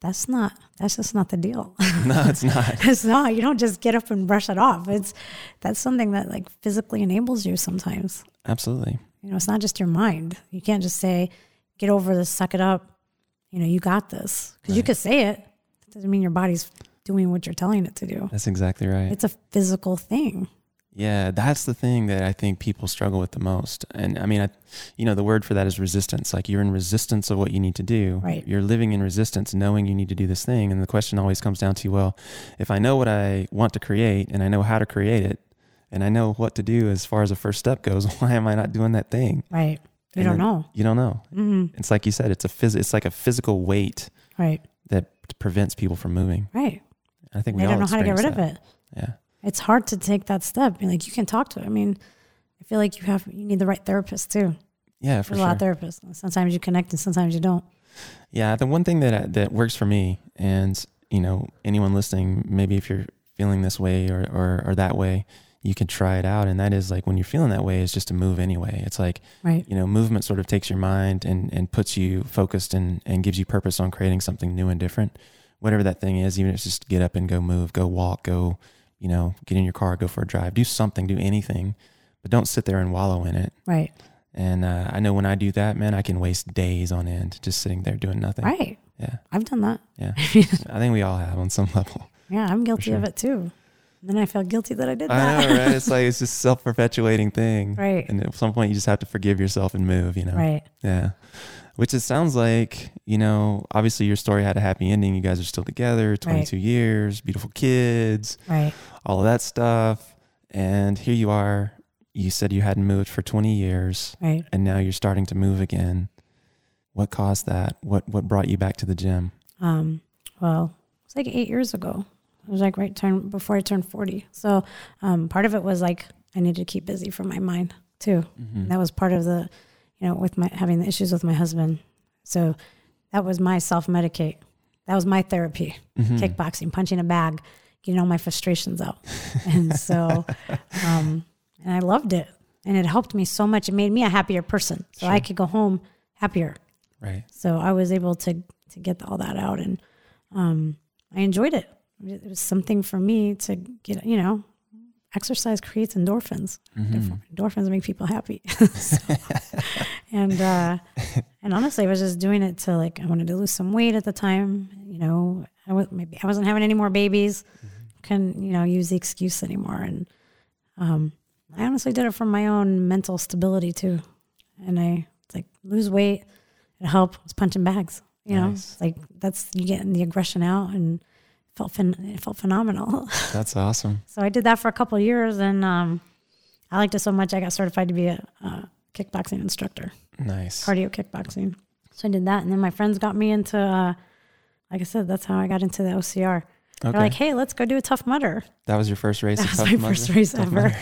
that's not that's just not the deal. [laughs] [laughs] No, it's not. it's not. You don't just get up and brush it off. It's that's something that like physically enables you sometimes. Absolutely. You know, it's not just your mind. You can't just say, get over this, suck it up. You know, you got this. Because you Right. could say it. It doesn't mean your body's doing what you're telling it to do. That's exactly right. It's a physical thing. Yeah, that's the thing that I think people struggle with the most. And I mean, I, you know, the word for that is resistance. Like you're in resistance of what you need to do. Right. You're living in resistance, knowing you need to do this thing. And the question always comes down to, well, if I know what I want to create and I know how to create it and I know what to do as far as a first step goes, [laughs] why am I not doing that thing? Right. You And don't then- know. You don't know. hmm It's like you said, it's a phys- it's like a physical weight Right. that prevents people from moving. Right. I think we They all don't know how to get rid experience of it. that. Yeah. It's hard to take that step. I mean, like, you can talk to it. I mean, I feel like you have, you need the right therapist too. Yeah, for There's a sure. lot of therapists. Sometimes you connect and sometimes you don't. Yeah, the one thing that I, that works for me, and you know, anyone listening, maybe if you're feeling this way or, or or that way, you can try it out. And that is like when you're feeling that way, is just to move anyway. It's like Right. you know, movement sort of takes your mind and and puts you focused and and gives you purpose on creating something new and different, whatever that thing is. Even if it's just get up and go move, go walk, go you know, get in your car, go for a drive, do something, do anything, but don't sit there and wallow in it. Right. And uh, I know when I do that, man, I can waste days on end just sitting there doing nothing. Right. Yeah. I've done that. Yeah. I think we all have on some level. [laughs] Yeah, I'm guilty of sure. it too. Then I feel guilty that I did that. I know, right? It's like it's just self perpetuating thing. Right. And at some point you just have to forgive yourself and move, you know. Right. Yeah. Which it sounds like, you know, obviously your story had a happy ending. You guys are still together, 22 years, beautiful kids, Right. all of that stuff. And here you are. You said you hadn't moved for 20 years Right. and now you're starting to move again. What caused that? What what brought you back to the gym? Um, well, it's like eight years ago. It was like right turn before I turned 40. So um, part of it was like I needed to keep busy for my mind too. Mhm. That was part of the, you know, with my having the issues with my husband. So that was my self medicate. That was my therapy. Mhm. kickboxing, punching a bag, getting all my frustrations out. [laughs] And so, um, and I loved it. And it helped me so much. It made me a happier person. So I Sure. could go home happier. Right. So I was able to, to get all that out. And um, I enjoyed it. It was something for me to get, you know, exercise creates endorphins. Mhm. Endorphins make people happy. [laughs] So- and uh, and honestly, I was just doing it to like I wanted to lose some weight at the time. You know, I was maybe I wasn't having any more babies. Couldn't you know use the excuse anymore. And um, I honestly did it for my own mental stability too. And I it's like lose weight. It helped. I was punching bags. You know, Nice. It's like that's you getting the aggression out and. Felt phen it felt phenomenal. [laughs] That's awesome. So I did that for a couple of years, and um, I liked it so much I got certified to be a, a kickboxing instructor, Nice. cardio kickboxing. So I did that, and then my friends got me into, uh, like I said, that's how I got into the OCR. Okay. They're like, "Hey, let's go do a tough mudder." [laughs] that was your first race. That at was Tough my Mudder? first race Tough ever. Mudder.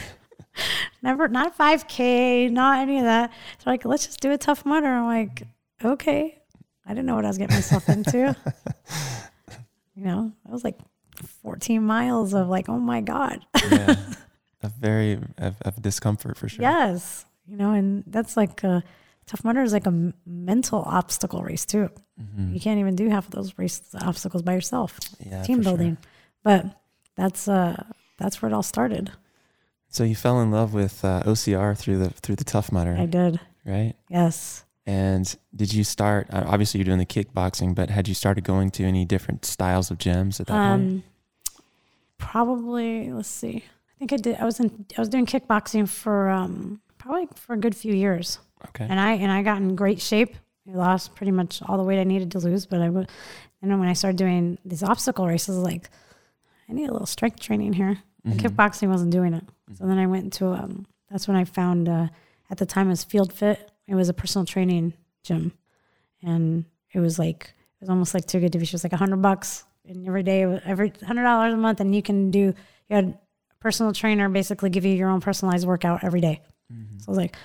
[laughs] Never, not five k, not any of that. They're like, "Let's just do a tough mudder." I'm like, "Okay." I didn't know what I was [laughs] getting myself into. you know, I was like 14 miles of like, "Oh my god." yeah. [laughs] A very of, of discomfort for sure. Yes. You know, and that's like a tough mudder is like a m- mental obstacle race too. Mhm. You can't even do half of those race obstacles by yourself. Yeah, Team for sure. building. But that's uh that's where it all started. So you fell in love with uh, OCR through the through the Tough Mudder, I did. right? Yes. And did you start? uh, Obviously, you're doing the kickboxing, but had you started going to any different styles of gyms at that point? Um probably let's see. I think I did I was in I was doing kickboxing for um probably for a good few years. Okay. and I and I got in great shape. I lost pretty much all the weight I needed to lose, but I would. And then when I started doing these obstacle races, like I need a little strength training here. And Mhm. Kickboxing wasn't doing it, so then I went to. Um, that's when I found. Uh, at the time, it was Field Fit. It was a personal training gym, and it was like it was almost like too good to be. true. It was like a hundred bucks, and every day, every hundred dollars a month, and you can do. You had a personal trainer basically give you your own personalized workout every day. Mm-hmm. So I was like,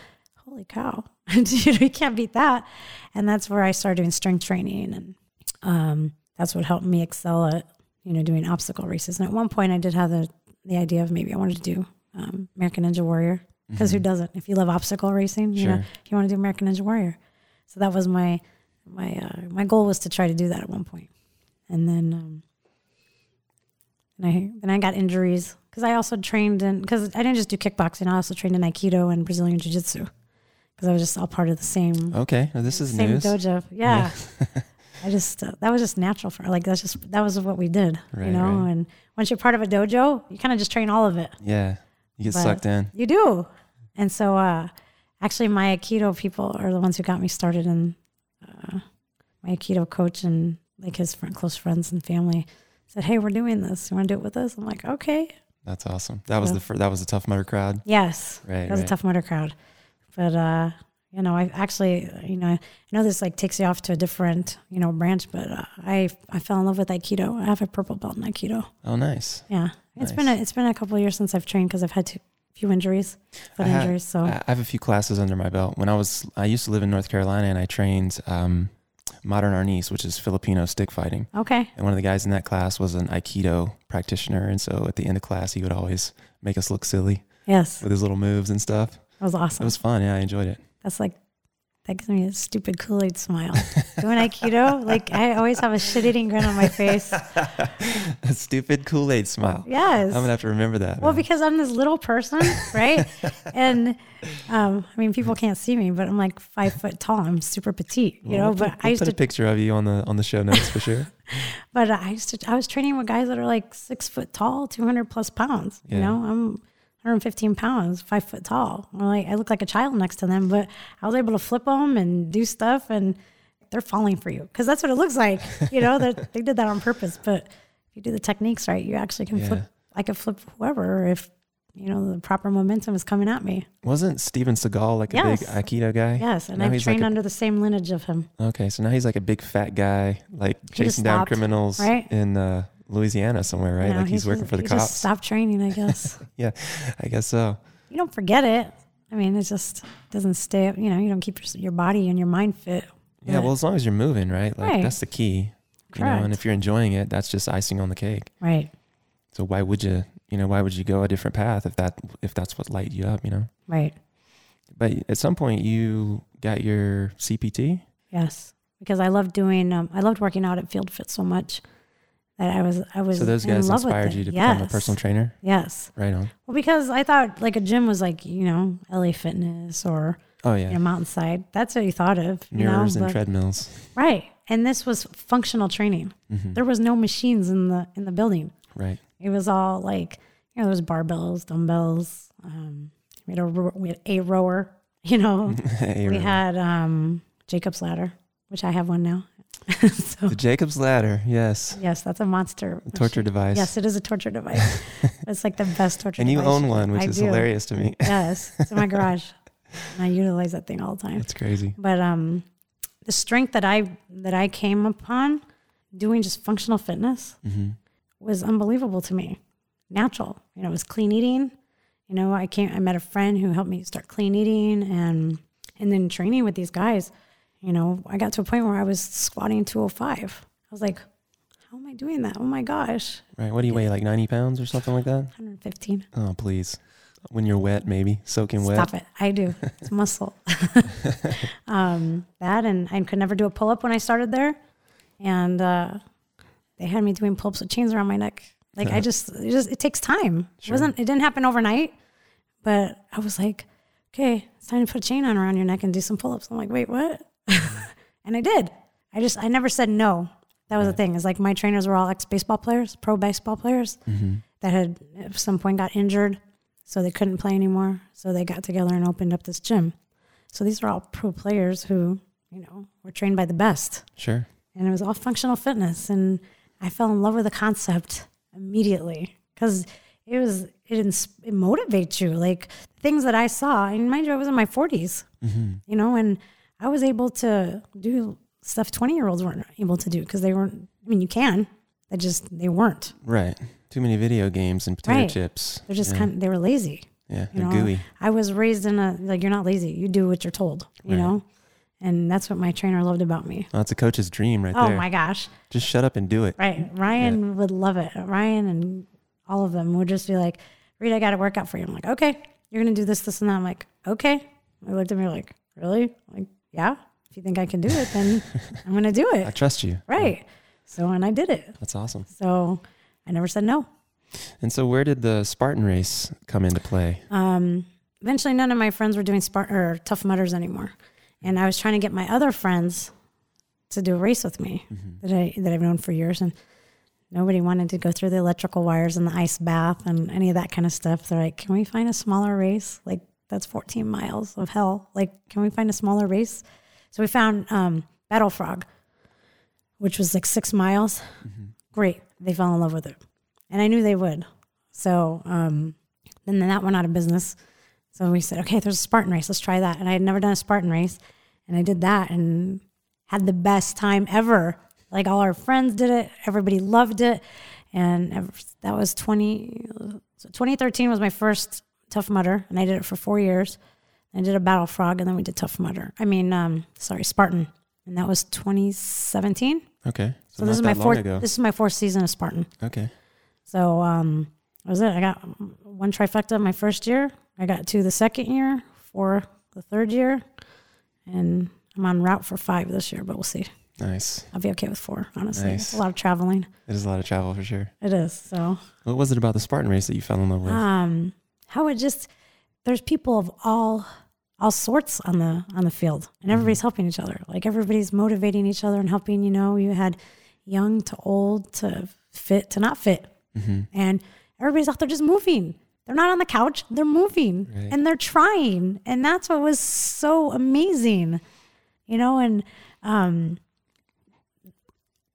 holy cow, [laughs] you know, you can't beat that. And that's where I started doing strength training. And um, that's what helped me excel at, you know, doing obstacle races. And at one point I did have the, the idea of maybe I wanted to do um, American Ninja Warrior because who doesn't? If you love obstacle racing, you know, Mm-hmm. Sure. you want to do American Ninja Warrior. So that was my, my, uh, my goal was to try to do that at one point. And then, um, and I then I got injuries because I also trained in because I didn't just do kickboxing. I also trained in Aikido and Brazilian Jiu Jitsu because I was just all part of the same Okay, well, this is same Oh, news, dojo. Yeah, [laughs] I just uh, that was just natural for like that's just that was what we did, Right, you know. right. And once you're part of a dojo, you kind of just train all of it. Yeah, you get But- sucked in. You do, and so uh, actually, my Aikido people are the ones who got me started, and uh, my Aikido coach and like his friend, close friends and family said, "Hey, we're doing this. You want to do it with us?" I'm like, "Okay." That's awesome. That was Yeah. the fir- that was the Tough Mudder crowd, Yes. right? That was right. a tough motor crowd. But uh, you know, I actually, you know, I know this like takes you off to a different, you know, branch, but uh, I I fell in love with Aikido. I have a purple belt in Aikido. oh, nice. Yeah. it's been a, Nice. it's been a couple of years since I've trained cuz I've had two, few injuries, foot I had- injuries, so I I have a few classes under my belt. When I was, I used to live in North Carolina, and I trained um, modern arnis, which is Filipino stick fighting. okay. And one of the guys in that class was an Aikido practitioner, and so at the end of class, he would always make us look silly Yes. with his little moves and stuff. That was It awesome. was fun. Yeah, I enjoyed it. That's like That gives me a stupid Kool Aid smile. Doing Aikido, like I always have a shit eating grin on my face. [laughs] A stupid Kool Aid smile. Yes. I'm gonna have to remember that. Well, man. because I'm this [laughs] little person, right? and um, I mean, people can't see me, but I'm like five foot tall. I'm super petite, you Well, know. we'll But put, I we'll used put to, a picture of you on the on the show notes for sure. but I used to, I was training with guys that are like six foot tall, 200 plus pounds. You Yeah. know, I'm 115 pounds, five foot tall. I'm like, I look like a child next to them, but I was able to flip them and do stuff, and they're falling for you because that's what it looks like. You know, that they did that on purpose. But if you do the techniques right, you actually [laughs] can flip. I could flip whoever if you know the proper momentum is coming at me. Wasn't Steven Seagal like a big Yes. Aikido guy? Yes, and Now I've he's like trained a- under the same lineage of him. Okay, so now he's like a big fat guy, like just chasing down stopped, criminals right? in uh, Louisiana somewhere, right? Now like he's, working just- for the he cops. Just stop training, I guess. Yeah, I guess so. you don't forget it. I mean, it just doesn't stay. You know, you don't keep your, your body and your mind fit. Yeah, well, as long as you're moving, right? Like Right. that's the key. You know, and Correct. if you're enjoying it, that's just icing on the cake. Right, So why would you, you know, why would you go a different path if that if that's what light you up, you know? right. But at some point you got your CPT. Yes, because I loved doing. Um, I loved working out at Field Fit so much that I was. I was. So those in guys love with inspired it. you to become a Yes. personal trainer, Yes. right on. Well, because I thought like a gym was like you know LA Fitness or Oh yeah, you know, Mountainside. That's what you thought of. you know, mirrors and but- treadmills. Mm-hmm. Right. And this was functional training. There was no machines in the in the building. Right. It was all like you know, there was barbells, dumbbells. Um, we had a ro- we had a rower. [laughs] You know, [laughs] Hey, Oh, we Ro- had um, Jacob's ladder, which I have one now. [laughs] so the Jacob's ladder. Yes, yes, that's a monster torture machine. device. Oh, Yes, it is a [laughs] torture device. it's like the best torture. and you device own could- one, which [laughs] I is do. hilarious to me. Yes, it's in [laughs] my garage, and I utilize that thing all the time. That's crazy. but um the strength that i that i came upon doing just functional fitness Mm-hmm. was unbelievable to me natural you know it was clean eating you know i came i met a friend who helped me start clean eating and and then training with these guys you know i got to a point where i was squatting 205 i was like how am i doing that oh my gosh Right. What do you weigh? Like 90 pounds or something like that? 115 Oh, please. When you're wet, maybe soaking wet. Stop it. I do. It's muscle. [laughs] um, that and I could never do a pull up when I started there. And uh, they had me doing pull ups with chains around my neck. Like I just it just it takes time. It wasn't it didn't happen overnight, but I was like, Okay, it's time to put a chain on around your neck and do some pull ups. I'm like, wait, what? [laughs] and I did. I just I never said no. That was the thing. Is like my trainers were all ex baseball players, pro baseball players Mm-hmm. that had at some point got injured, so they couldn't play anymore. So they got together and opened up this gym. So these were all pro players who, you know, were trained by the best. Sure. And it was all functional fitness and I fell in love with the concept immediately cuz it was it, ins- it motivates you like things that I saw and mind you I was in my 40s Mm-hmm. you know, and I was able to do stuff 20 year olds weren't able to do because they weren't, I mean, you can, they just, they weren't. Right. Too many video games and potato Right. chips. They're just kind of, they were lazy. Yeah. You They're know, gooey. I was raised in a, like, you're not lazy. You do what you're told, you Right. know? And that's what my trainer loved about me. Oh, that's a coach's dream right Oh there. my gosh. Just shut up and do it. Right. Ryan would love it. Ryan and all of them would just be like, Reed, I got a workout for you. I'm like, okay, you're going to do this, this, and that. I'm like, okay. I looked at me like, really? I'm like, yeah. If you think I can do it, [laughs] then I'm going to do it. I trust you. Right. So, and I did it. That's awesome. So I never said no. And so, where did the Spartan race come into play? Um, eventually, none of my friends were doing Spart- or Tough Mudders anymore. And I was trying to get my other friends to do a race with me Mm-hmm. that, I, that I've known for years. And nobody wanted to go through the electrical wires and the ice bath and any of that kind of stuff. They're like, can we find a smaller race? Like, that's 14 miles of hell. Like, can we find a smaller race? So we found um, Battle Frog, which was like six miles. Great. They fell in love with it. And I knew they would. So um, and then that went out of business. So we said, okay, there's a Spartan race. Let's try that. And I had never done a Spartan race. And I did that and had the best time ever. Like all our friends did it, everybody loved it. And ever, that was 20, so 2013 was my first Tough Mudder. And I did it for four years. I did a Battle Frog and then we did Tough Mudder. I mean, um, sorry, Spartan. And that was 2017. Okay. So this is my that long fourth. ago. This is my fourth season of Spartan. Okay. So um, that was it. I got one trifecta my first year. I got two the second year, four the third year, and I'm on route for five this year, but we'll see. Nice. I'll be okay with four, honestly. Nice. It's a lot of traveling. It is a lot of travel for sure. It is. So, What was it about the Spartan race that you fell in love with? um, how it just there's people of all all sorts on the on the field, Mm-hmm. and everybody's helping each other. Like everybody's motivating each other and helping. You know, you had young to old to fit to not fit, mm-hmm. and everybody's out there just moving. They're not on the couch; they're moving Right. and they're trying, and that's what was so amazing, you know. And um,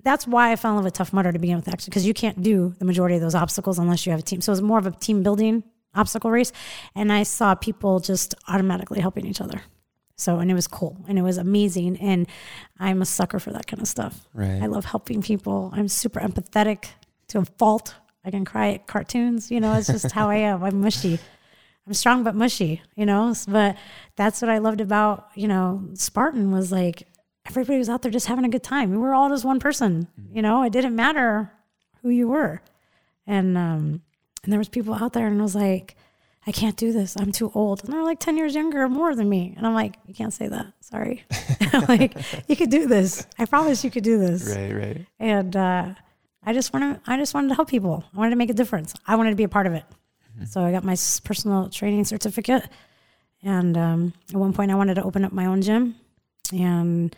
that's why I fell in love with Tough Mudder to begin with, actually, because you can't do the majority of those obstacles unless you have a team. So it was more of a team building obstacle race, and I saw people just automatically helping each other. So and it was cool and it was amazing, and I'm a sucker for that kind of stuff. Right. I love helping people. I'm super empathetic to a fault. I can cry at cartoons. You know, it's just how I am. I'm mushy. I'm strong but mushy, you know? S- But that's what I loved about, you know, Spartan was like everybody was out there just having a good time. We were all just one person, you know? It didn't matter who you were. And um and there was people out there and I was like, I can't do this. I'm too old. And they're like 10 years younger or more than me. And I'm like, you can't say that. Sorry. [laughs] like, you could do this. I promise you could do this right, right. and uh, I just want to I just wanted to help people. I wanted to make a difference. I wanted to be a part of it. So I got my s- personal training certificate, and um, at one point I wanted to open up my own gym and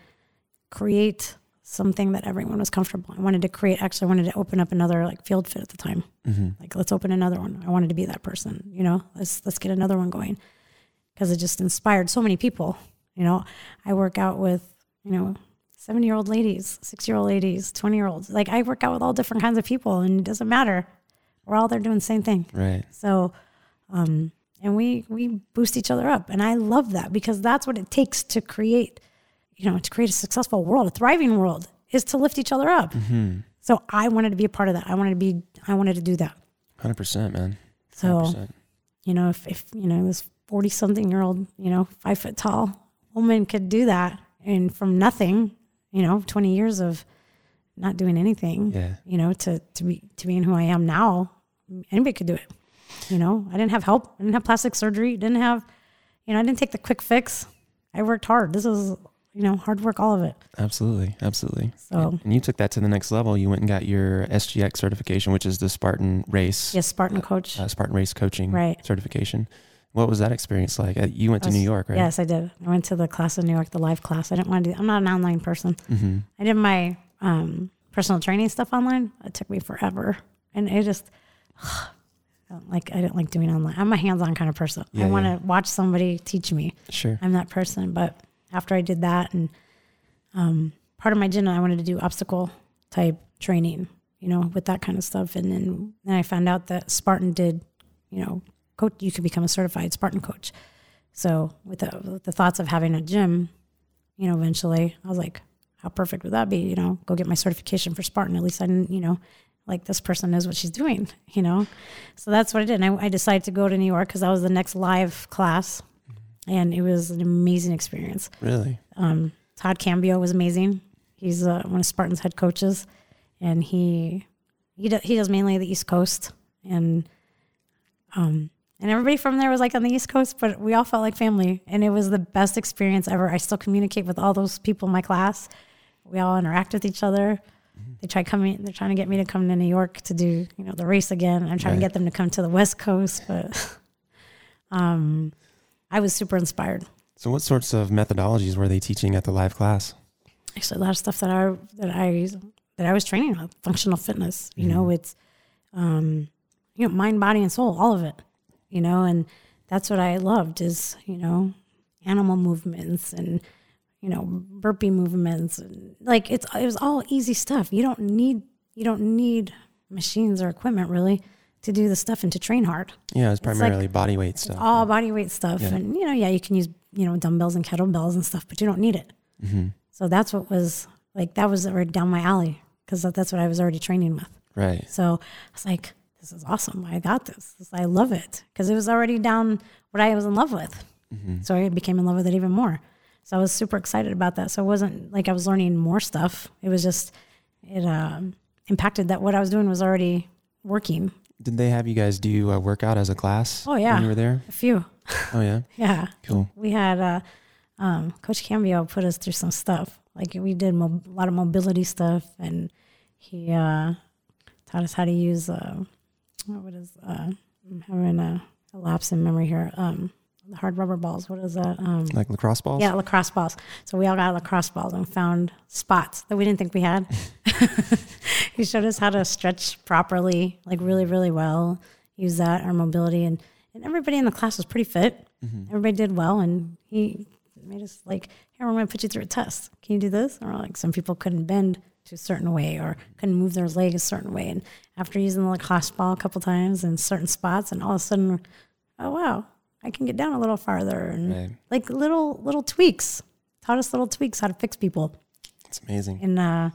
create something that everyone was comfortable. I wanted to create actually I wanted to open up another like field fit at the time. Like let's open another one. I wanted to be that person. You know, let's let's get another one going because it just inspired so many people. You know, I work out with you know seven year old ladies, six year old ladies, 20 year olds. Like I work out with all different kinds of people and it doesn't matter. We're all there doing the same thing. Right. So, um, and we, we boost each other up. And I love that because that's what it takes to create, you know, to create a successful world, a thriving world is to lift each other up. Mm-hmm. Hmm. So I wanted to be a part of that. I wanted to be, I wanted to do that. 100%, man. So, 100%. you know, if, if you know, this 40 something year old, you know, five foot tall woman could do that and from nothing, you know, 20 years of not doing anything, Yeah. you know, to, to be, to being who I am now, anybody could do it. You know, I didn't have help. I didn't have plastic surgery. Didn't have, you know, I didn't take the quick fix. I worked hard. This was, you know, hard work, all of it. Absolutely. Absolutely. So And you took that to the next level. You went and got your SGX certification, which is the Spartan race, yes, Spartan coach. uh, Spartan race coaching Right. certification. What was that experience like? Uh, you went to I was- New York, right? Yes, I did. I went to the class in New York, the live class. I didn't want to do, I'm not an online person. Mm-hmm. I did my um, personal training stuff online. It took me forever, and it just [sighs] I don't like I didn't like doing online. I'm a hands-on kind of person. Yeah, I want to watch somebody teach me. Sure. I'm that person. But after I did that, and um, part of my gym, I wanted to do obstacle type training, you know, with that kind of stuff. And then then I found out that Spartan did, you know, coach. You could become a certified Spartan coach. So with the, with the thoughts of having a gym, you know, eventually I was like, how perfect would that be? You know, go get my certification for Spartan. At least I didn't, you know, like this person knows what she's doing, [laughs] you know? So that's what I did. And I, I decided to go to New York because that was the next live class. And it was an amazing experience. Really? Um, Todd Cambio was amazing. He's uh, one of Spartan's head coaches, and he he do, he does mainly the East Coast, and um, and everybody from there was like on the East Coast, but we all felt like family, and it was the best experience ever. I still communicate with all those people in my class. We all interact with each other. They try coming. They're trying to get me to come to New York to do you know the race again. I'm trying to Right. get them to come to the West Coast, but [laughs] um, I was super inspired. So, what sorts of methodologies were they teaching at the live class? actually a lot of stuff that I that I that I was training on functional fitness. You know, it's um, you know mind, body, and soul, all of it. You know, and that's what I loved is you know animal movements and you know burpee movements. And, like it's it was all easy stuff. You don't need you don't need machines or equipment really to do the stuff and to train hard Yeah, it was like- primarily body weight stuff. all Oh, body weight stuff Yeah. and you know yeah you can use you know dumbbells and kettlebells and stuff but you don't need it Mm-hmm. so that's what was like that was already down my alley because that's what i was already training with right. so i was like this is awesome i got this, This- i love it because it was already down what i was in love with Mm-hmm. so i became in love with it even more so i was super excited about that so it wasn't like i was learning more stuff it was just it um, impacted that what i was doing was already working Did they have you guys do a workout as a class? Oh, yeah. When you were there? a few Oh, yeah. yeah Cool. we had uh, um, Coach Cambio put us through some stuff. Like we did mo- a lot of mobility stuff, and he uh, taught us how to use uh, what is uh, I'm having a, a lapse in memory here. Um, the hard rubber balls. What is that? Um, Like lacrosse balls? yeah, lacrosse balls. So we all got lacrosse balls and found spots that we didn't think we had. [laughs] he showed us how to stretch properly, like really, really well. Use that our mobility and and everybody in the class was pretty fit. Everybody did well, and he made us like, "Here, we're going to put you through a test. Can you do this?" Or like some people couldn't bend to a certain way or couldn't move their leg a certain way. And after using the lacrosse ball a couple times in certain spots, and all of a sudden, oh wow, I can get down a little farther. And Right. like little little tweaks. Taught us little tweaks how to fix people, It's amazing. and uh,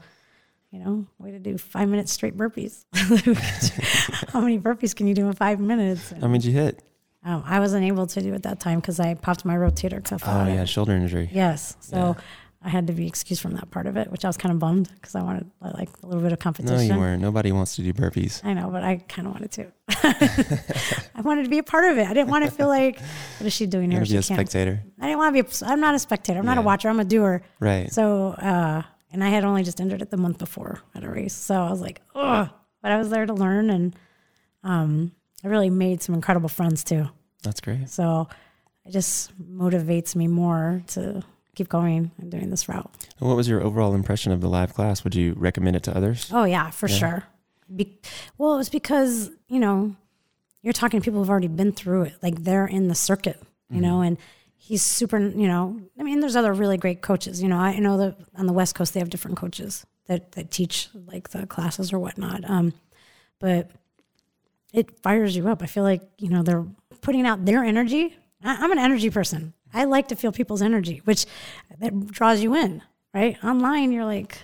you know, way to do five minutes straight burpees. [laughs] how many burpees can you do in five minutes? How many did you hit? Um, I wasn't able to do it that time because I popped my rotator cuff Oh, out. yeah, shoulder injury. Yes, so I had to be excused from that part of it, which I was kind of bummed because I wanted uh, like a little bit of competition. No, you weren't. Nobody wants to do burpees. I know, but I kind of wanted to. [laughs] I wanted to be a part of it. I didn't want to feel like what is she doing You here? want to be She a can't. spectator. I didn't want to be. A, I'm not a spectator. I'm not Yeah. a watcher. I'm a doer. Right. So, uh, and I had only just entered it the month before at a race. So I was like, oh, but I was there to learn. And um, I really made some incredible friends too. That's great. So it just motivates me more to keep going and doing this route. And what was your overall impression of the live class? Would you recommend it to others? Oh, yeah, for sure. Be- well, it was because, you know, you're talking to people who've already been through it, like they're in the circuit, you know, and he's super, you know, I mean, there's other really great coaches. You know, I know that on the West Coast, they have different coaches that, that teach like the classes or whatnot. Um, but it fires you up. I feel like, you know, they're putting out their energy. I, I'm an energy person. I like to feel people's energy, which that draws you in, right? Online, you're like,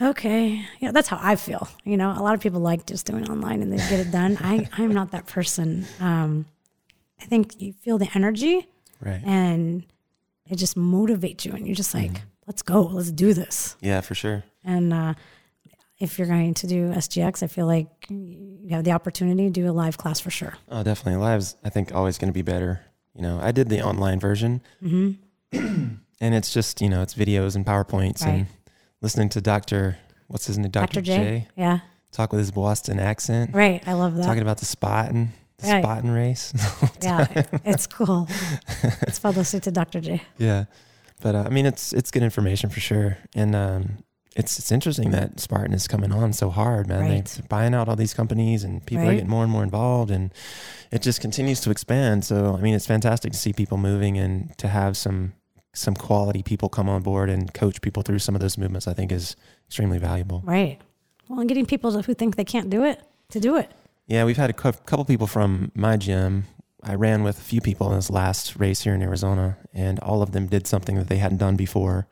okay, you know, that's how I feel. You know, a lot of people like just doing online and they get it done. [laughs] I, I'm not that person. Um, I think you feel the energy Right. and it just motivates you and you're just like, Mm-hmm. let's go, let's do this. Yeah, for sure. And uh, if you're going to do SGX, I feel like you have the opportunity to do a live class for sure. Oh, definitely. Live's, I think, always going to be better. You know, I did the online version, Mm-hmm. and it's just you know, it's videos and powerpoints and Right. listening to Doctor, what's his name, Doctor Dr. J? J, Yeah. talk with his Boston accent, Right. I love that. talking about the spotting, the Right. spotting race. [laughs] yeah. It's cool. it's fun listening to Dr. J. yeah, but uh, I mean, it's it's good information for sure, and um, it's it's interesting that Spartan is coming on so hard, man. Right. They're buying out all these companies, and people are Right. getting more and more involved, and it just continues to expand. So I mean, it's fantastic to see people moving and to have some some quality people come on board and coach people through some of those movements. I think is extremely valuable. Right. Well, and getting people to, who think they can't do it to do it. Yeah, we've had a cou- couple people from my gym. I ran with a few people in this last race here in Arizona, and all of them did something that they hadn't done before.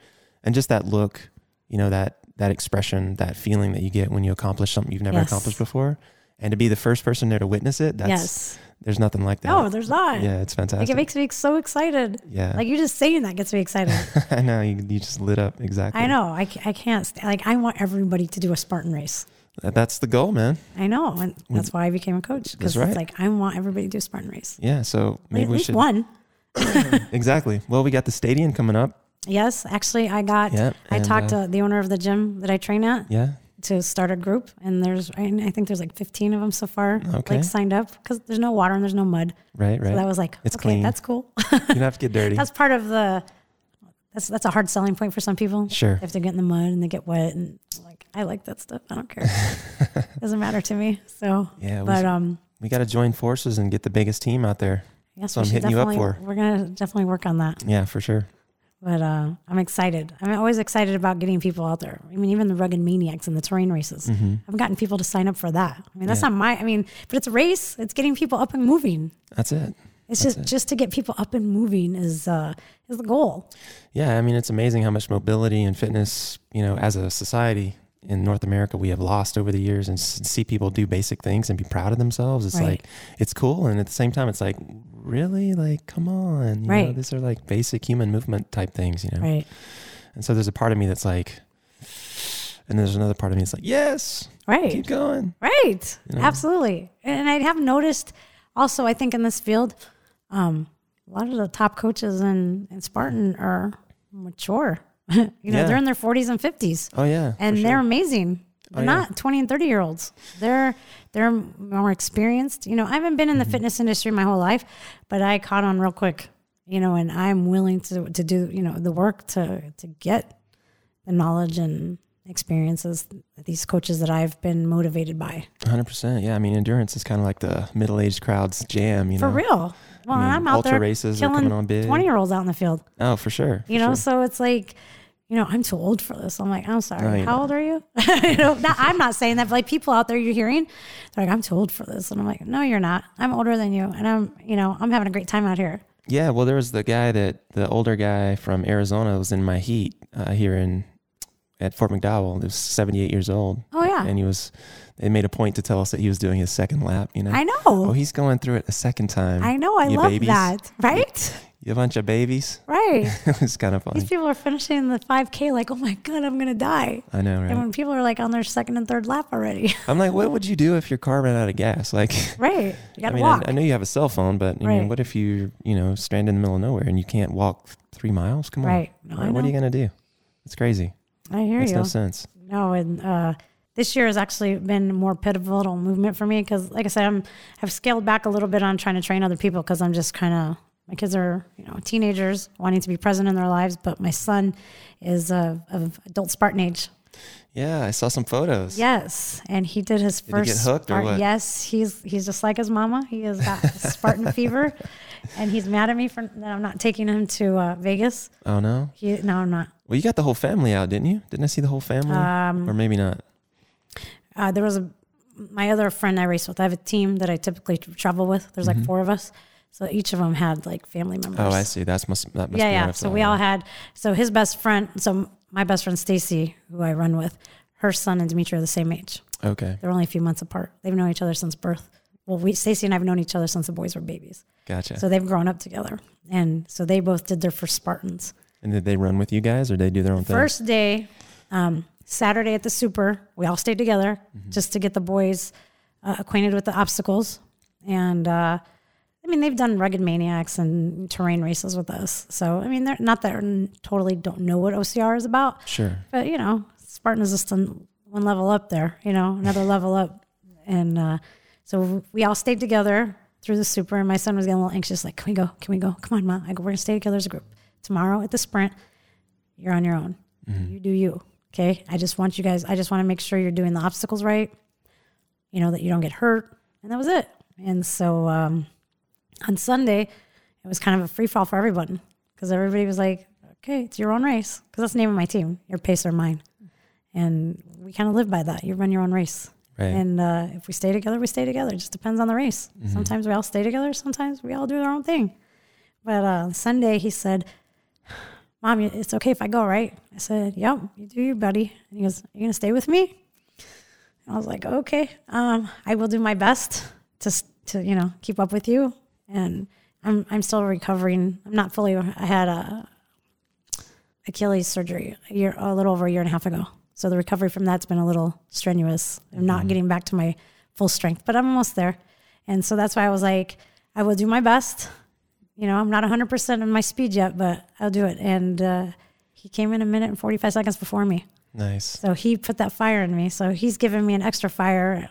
And just that look, you know, that that expression, that feeling that you get when you accomplish something you've never Yes. accomplished before, and to be the first person there to witness it, that's yes. there's nothing like that. No, there's not. yeah, it's Like it fantastic. makes me so excited. yeah, [laughs] Like you just saying that gets me excited. I know you, you just lit up exactly. I know. I, ca- I can't. st- Like I want everybody to do a Spartan race. That- That's the goal, man. I know, and that's why I became a coach. That's Because right. it's like I want everybody to do a Spartan race. Yeah, so Like, maybe at we least should one. exactly. Well, we got the stadium coming up. Yes, actually, I got. Yeah, I and, talked uh, to the owner of the gym that I train at Yeah, to start a group, and there's I I think there's like 15 of them so far, Okay. like signed up because there's no water and there's no mud, right, right. so that was like It's okay, clean. that's cool. you don't have to get dirty. that's part of the. That's that's a hard selling point for some people. Sure. if they get in the mud and they get wet, and like I like that stuff, I [laughs] don't care. Doesn't matter to me. So, Yeah, we but should- um, We got to join forces and get the biggest team out there. yes, what we I'm should hitting you up definitely- for. We're gonna definitely work on that. Yeah, for sure. But uh, I'm excited. I'm always excited about getting people out there. I mean, even the rugged maniacs and the terrain races. Mm-hmm. I've gotten people to sign up for that. I mean, that's Mm. Yeah. not my. I mean, but it's a race. It's getting people up and moving. That's it. It's just just to get people up and moving is uh, is the goal. Yeah, I mean, it's amazing how much mobility and fitness, you know, as a society in North America, we have lost over the years and s- see people do basic things and be proud of themselves. It's Right. like, it's cool. And at the same time, it's like, really? Like, come on. You Know, Right. these are like basic human movement type things, you know? Right. And so there's a part of me that's like, and there's another part of me that's like, yes, Right. keep going. Right. You know? Absolutely. And I have noticed also, I think in this field, um, a lot of the top coaches in, in Spartan are mature. [laughs] you know, Yeah. they're in their 40s and 50s, Oh yeah, for and sure. they're amazing. Oh, They're yeah. not 20 and 30 year olds. They're they're more experienced. You know, I haven't been in the Mm-hmm. fitness industry my whole life, but I caught on real quick. You know, and I'm willing to to do you know the work to to get the knowledge and experiences that these coaches that I've been motivated by. Hundred percent. Yeah, I mean endurance is kind of like the middle-aged crowd's jam. You For know, real. I Well, mean, I'm out ultra there races are killing coming on big. 20 year olds out in the field. Oh, for sure. for you know sure. so it's like you know i'm too old for this i'm like i'm No, sorry you're how not. old [laughs] are you [laughs] you know not, i'm not saying that but like people out there you're hearing they're like i'm too old for this and i'm like no you're not i'm older than you and i'm you know i'm having a great time out here Yeah, well, there was the guy that the older guy from Arizona was in my heat uh, here in at Fort McDowell. He was 78 years old, oh yeah and he was. They made a point to tell us that he was doing his second lap. You know, i know oh, he's going through it a second time. i know i you love babies. that right [laughs] You bunch of babies. [laughs] right it was kind of funny. these people are finishing the 5k like oh my god i'm gonna die I know, and right? when people are like on their second and third lap already [laughs] I'm like, what would you do if your car ran out of gas? Like, [laughs] right I you gotta mean, I, walk I know you have a cell phone, but I mean, Right. what if you, you know, stranded in the middle of nowhere and you can't walk three miles? Come on, right no, I, What, what are know. you gonna do? It's crazy. I hear Makes you no sense. No, and uh, this year has actually been more pivotal movement for me because, like I said, I'm I've scaled back a little bit on trying to train other people because I'm just kind of my kids are you know teenagers wanting to be present in their lives, but my son is uh, of adult Spartan age. Yeah, I saw some photos. Yes, and he did his he get first. hooked or Spartan- what? Yes, he's he's just like his mama. He has [laughs] got Spartan fever, and he's mad at me for that I'm not taking him to uh, Vegas. Oh no. He no, I'm not. Well, you got the whole family out, didn't you? Didn't I see the whole family? Um, or maybe not. uh, there was a my other friend I race with. I have a team that I typically t- travel with. There's like four of us, so each of them had like family members. Mm-hmm. Oh, I see. That's must. That must yeah, be yeah. What I So saw. we all had. So his best friend, so m- my best friend Stacy, who I run with, her son and Dimitri are the same age. Okay, They're only a few months apart. They've known each other since birth. Well, we Stacy and I've known each other since the boys were babies. gotcha. So they've grown up together, and so they both did their first Spartans. and did they run with you guys, or they do their own thing? First day, um, Saturday at the super, we all stayed together just to get the boys uh, acquainted with the obstacles. And uh, I mean, they've done rugged maniacs and terrain races with us. So I mean, they're not that n- totally don't know what OCR is about, Sure. but you know, Spartan is just on one level up there. You know, another level up. And uh, so we all stayed together through the super. And my son was getting a little anxious, like, "Can we go? Can we go? Come on, mom! I go, we're gonna stay together as a group tomorrow at the sprint." you're on your own. You do you. Okay. I just want you guys, I just want to make sure you're doing the obstacles right, you know, that you don't get hurt. And that was it. And so um, on Sunday, it was kind of a free fall for everyone because everybody was like, okay, it's your own race. Because that's the name of my team, your pacer, mine. And we kind of live by that. You run your own race. Right. And uh, if we stay together, we stay together. It just depends on the race. Sometimes we all stay together. Sometimes we all do our own thing. But uh, Sunday, he said, "Mom, you- it's okay if I go, right?" I said, "Yep, you do, you, buddy." And he goes, "Are you gonna stay with me?" And I was like, "Okay, um, I will do my best to s- to you know keep up with you." And I'm I'm still recovering. I'm not fully. I had a Achilles surgery a year, a little over a year and a half ago. So the recovery from that's been a little strenuous. I'm not getting back to my full strength, but I'm almost there. And so that's why I was like, I will do my best. You know, I'm not 100% on my speed yet, but I'll do it. And uh, he came in a minute and 45 seconds before me. nice. So he put that fire in me. So he's given me an extra fire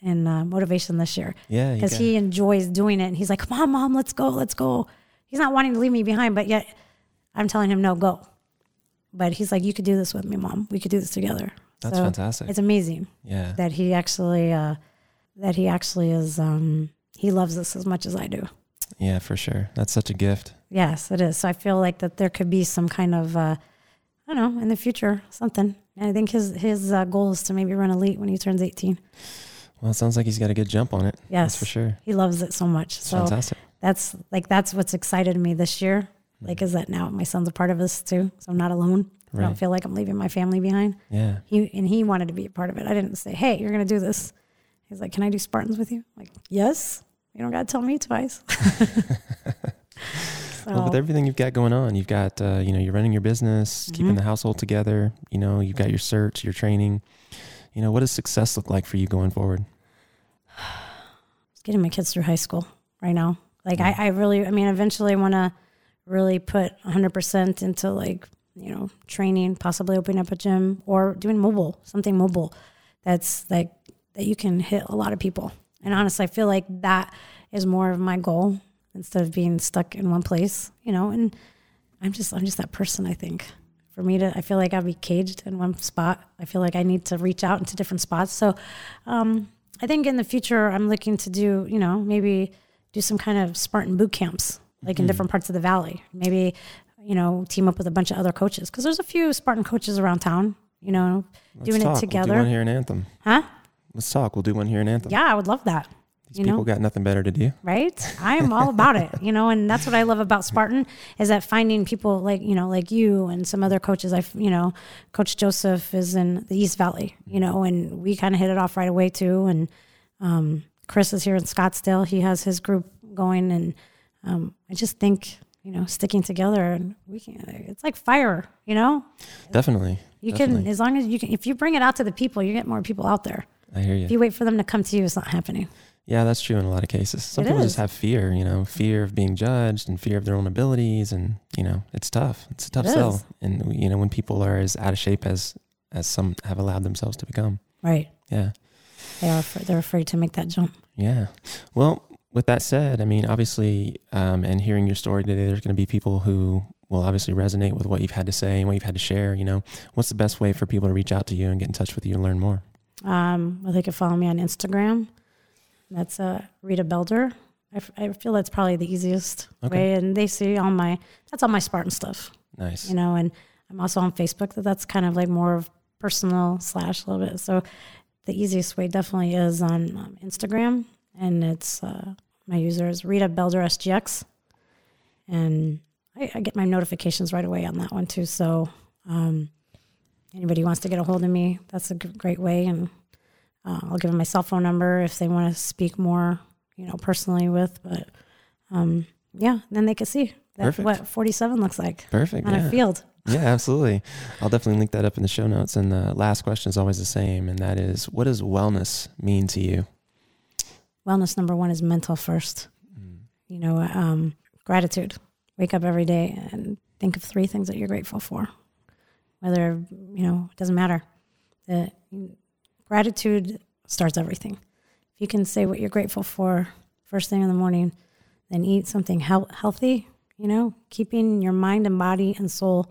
and uh, motivation this year Yeah. you because got- he enjoys doing it. And he's like, Mom, Mom, let's go, let's go. He's not wanting to leave me behind, but yet I'm telling him, No, go. But he's like, You could do this with me, Mom. We could do this together. That's So fantastic. It's amazing Yeah. that he actually, uh, that he actually is, um, he loves this as much as I do. Yeah, for sure. That's such a gift. Yes, it is. So I feel like that there could be some kind of, uh, I don't know, in the future, something. And I think his his uh, goal is to maybe run elite when he turns 18. Well, it sounds like he's got a good jump on it. That's Yes, for sure. he loves it so much. It's So fantastic. that's like that's what's excited me this year. Like, is that now my son's a part of this too? So I'm not alone. I Mm-hmm. Right. don't feel like I'm leaving my family behind. Yeah. He and he wanted to be a part of it. I didn't say, "Hey, you're going to do this." He's like, "Can I do Spartans with you?" I'm like, yes. You don't got to tell me twice. Well, with So- everything you've got going on, you've got uh, you know you're running your business, keeping Mhm. the household together. You know you've got your search, your training. You know what does success look like for you going forward? It's getting my kids through high school right now. Like I, I really, I mean, eventually want to really put 100% into like, you know, training, possibly opening up a gym or doing mobile, something mobile that's like, that you can hit a lot of people. And honestly, I feel like that is more of my goal instead of being stuck in one place, you know, and I'm just, I'm just that person, I think. For me to, I feel like I'll be caged in one spot. I feel like I need to reach out into different spots. So, um, I think in the future, I'm looking to do, you know, maybe do some kind of Spartan boot camps, like in different parts of the valley. Maybe, you know, team up with a bunch of other coaches because there's a few Spartan coaches around town. You know, Let's doing talk. it We'll do together, one here in Anthem. huh? Let's talk. We'll do one here in Anthem. Yeah, I would love that. These you people know. got nothing better to do. right? I am all about it, you know, and that's what I love about Spartan is that finding people like, you know, like you and some other coaches. I, have you know, Coach Joseph is in the East Valley, you know, and we kind of hit it off right away too. And um, Chris is here in Scottsdale. He has his group going, and um, I just think, you know, sticking together and we can. It's like fire, you know. Definitely. You can, Definitely. as long as you can, if you bring it out to the people, you get more people out there. I hear If you. you wait for them to come to you, it's not happening. Yeah, that's true in a lot of cases. Some It people is. just have fear, you know, fear of being judged and fear of their own abilities, and you know, it's tough. It's a tough It sell. is. And you know, when people are as out of shape as as some have allowed themselves to become. Right. Yeah, They are, afraid- they're afraid to make that jump. yeah. Well, with that said, I mean, obviously, um, and hearing your story today, there's going to be people who will obviously resonate with what you've had to say and what you've had to share. You know, what's the best way for people to reach out to you and get in touch with you and learn more? Um, well, they could follow me on Instagram. That's uh, Rita Belder. I, f- I feel that's probably the easiest Okay. way, and they see all my that's all my Spartan stuff, Nice. you know. And I'm also on Facebook. That that's kind of like more of personal slash a little bit. So the easiest way definitely is on um, Instagram, and it's uh, my user is Rita Belder SGX, and I, I get my notifications right away on that one too. So um, anybody who wants to get a hold of me, that's a g- great way, and uh, I'll give them my cell phone number if they want to speak more, you know, personally with. But um, yeah, then they can see that Perfect. what 47 looks like Perfect. on yeah. a field. [laughs] Yeah, absolutely. I'll definitely link that up in the show notes. And the last question is always the same, and that is, what does wellness mean to you? Wellness number one is mental first. you know, um, gratitude. Wake up every day and think of three things that you're grateful for. Whether, you know, it doesn't matter. The gratitude starts everything. If you can say what you're grateful for first thing in the morning, then eat something heal- healthy, you know, keeping your mind and body and soul.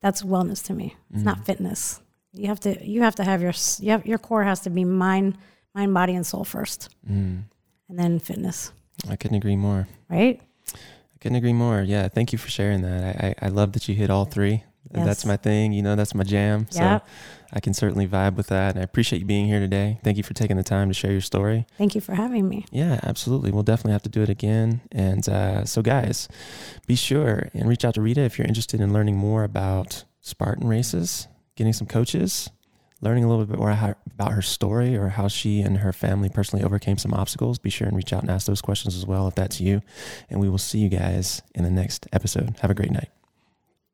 That's wellness to me. It's Mm. not fitness. You have to you have to have your s- you have, your core has to be mind mind body and soul first, Mm, and then fitness, I couldn't agree more. right? I couldn't agree more. Yeah, thank you for sharing that. I, I, I love that you hit all three. That's Yes. my thing. You know, that's my jam. Yeah. So I can certainly vibe with that. And I appreciate you being here today. Thank you for taking the time to share your story. Thank you for having me. Yeah, absolutely. We'll definitely have to do it again. And uh, so, guys, be sure and reach out to Rita if you're interested in learning more about Spartan races, getting some coaches, learning a little bit more how, about her story or how she and her family personally overcame some obstacles. Be sure and reach out and ask those questions as well if that's you. And we will see you guys in the next episode. Have a great night.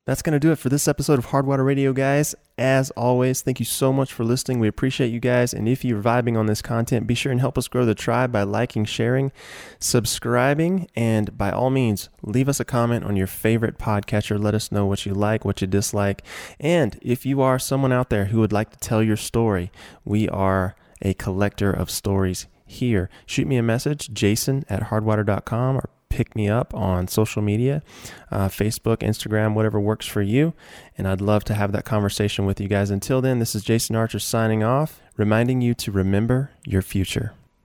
That's going to do it for this episode of Hardwater Radio, guys. As always, thank you so much for listening. We appreciate you guys. And if you're vibing on this content, be sure and help us grow the tribe by liking, sharing, subscribing, and by all means, leave us a comment on your favorite podcatcher. Let us know what you like, what you dislike. And if you are someone out there who would like to tell your story, we are a collector of stories here. Shoot me a message, jason at hardwater.com, or pick me up on social media uh, Facebook, Instagram, whatever works for you. And I'd love to have that conversation with you guys. Until then, this is Jason Archer signing off, reminding you to remember your future.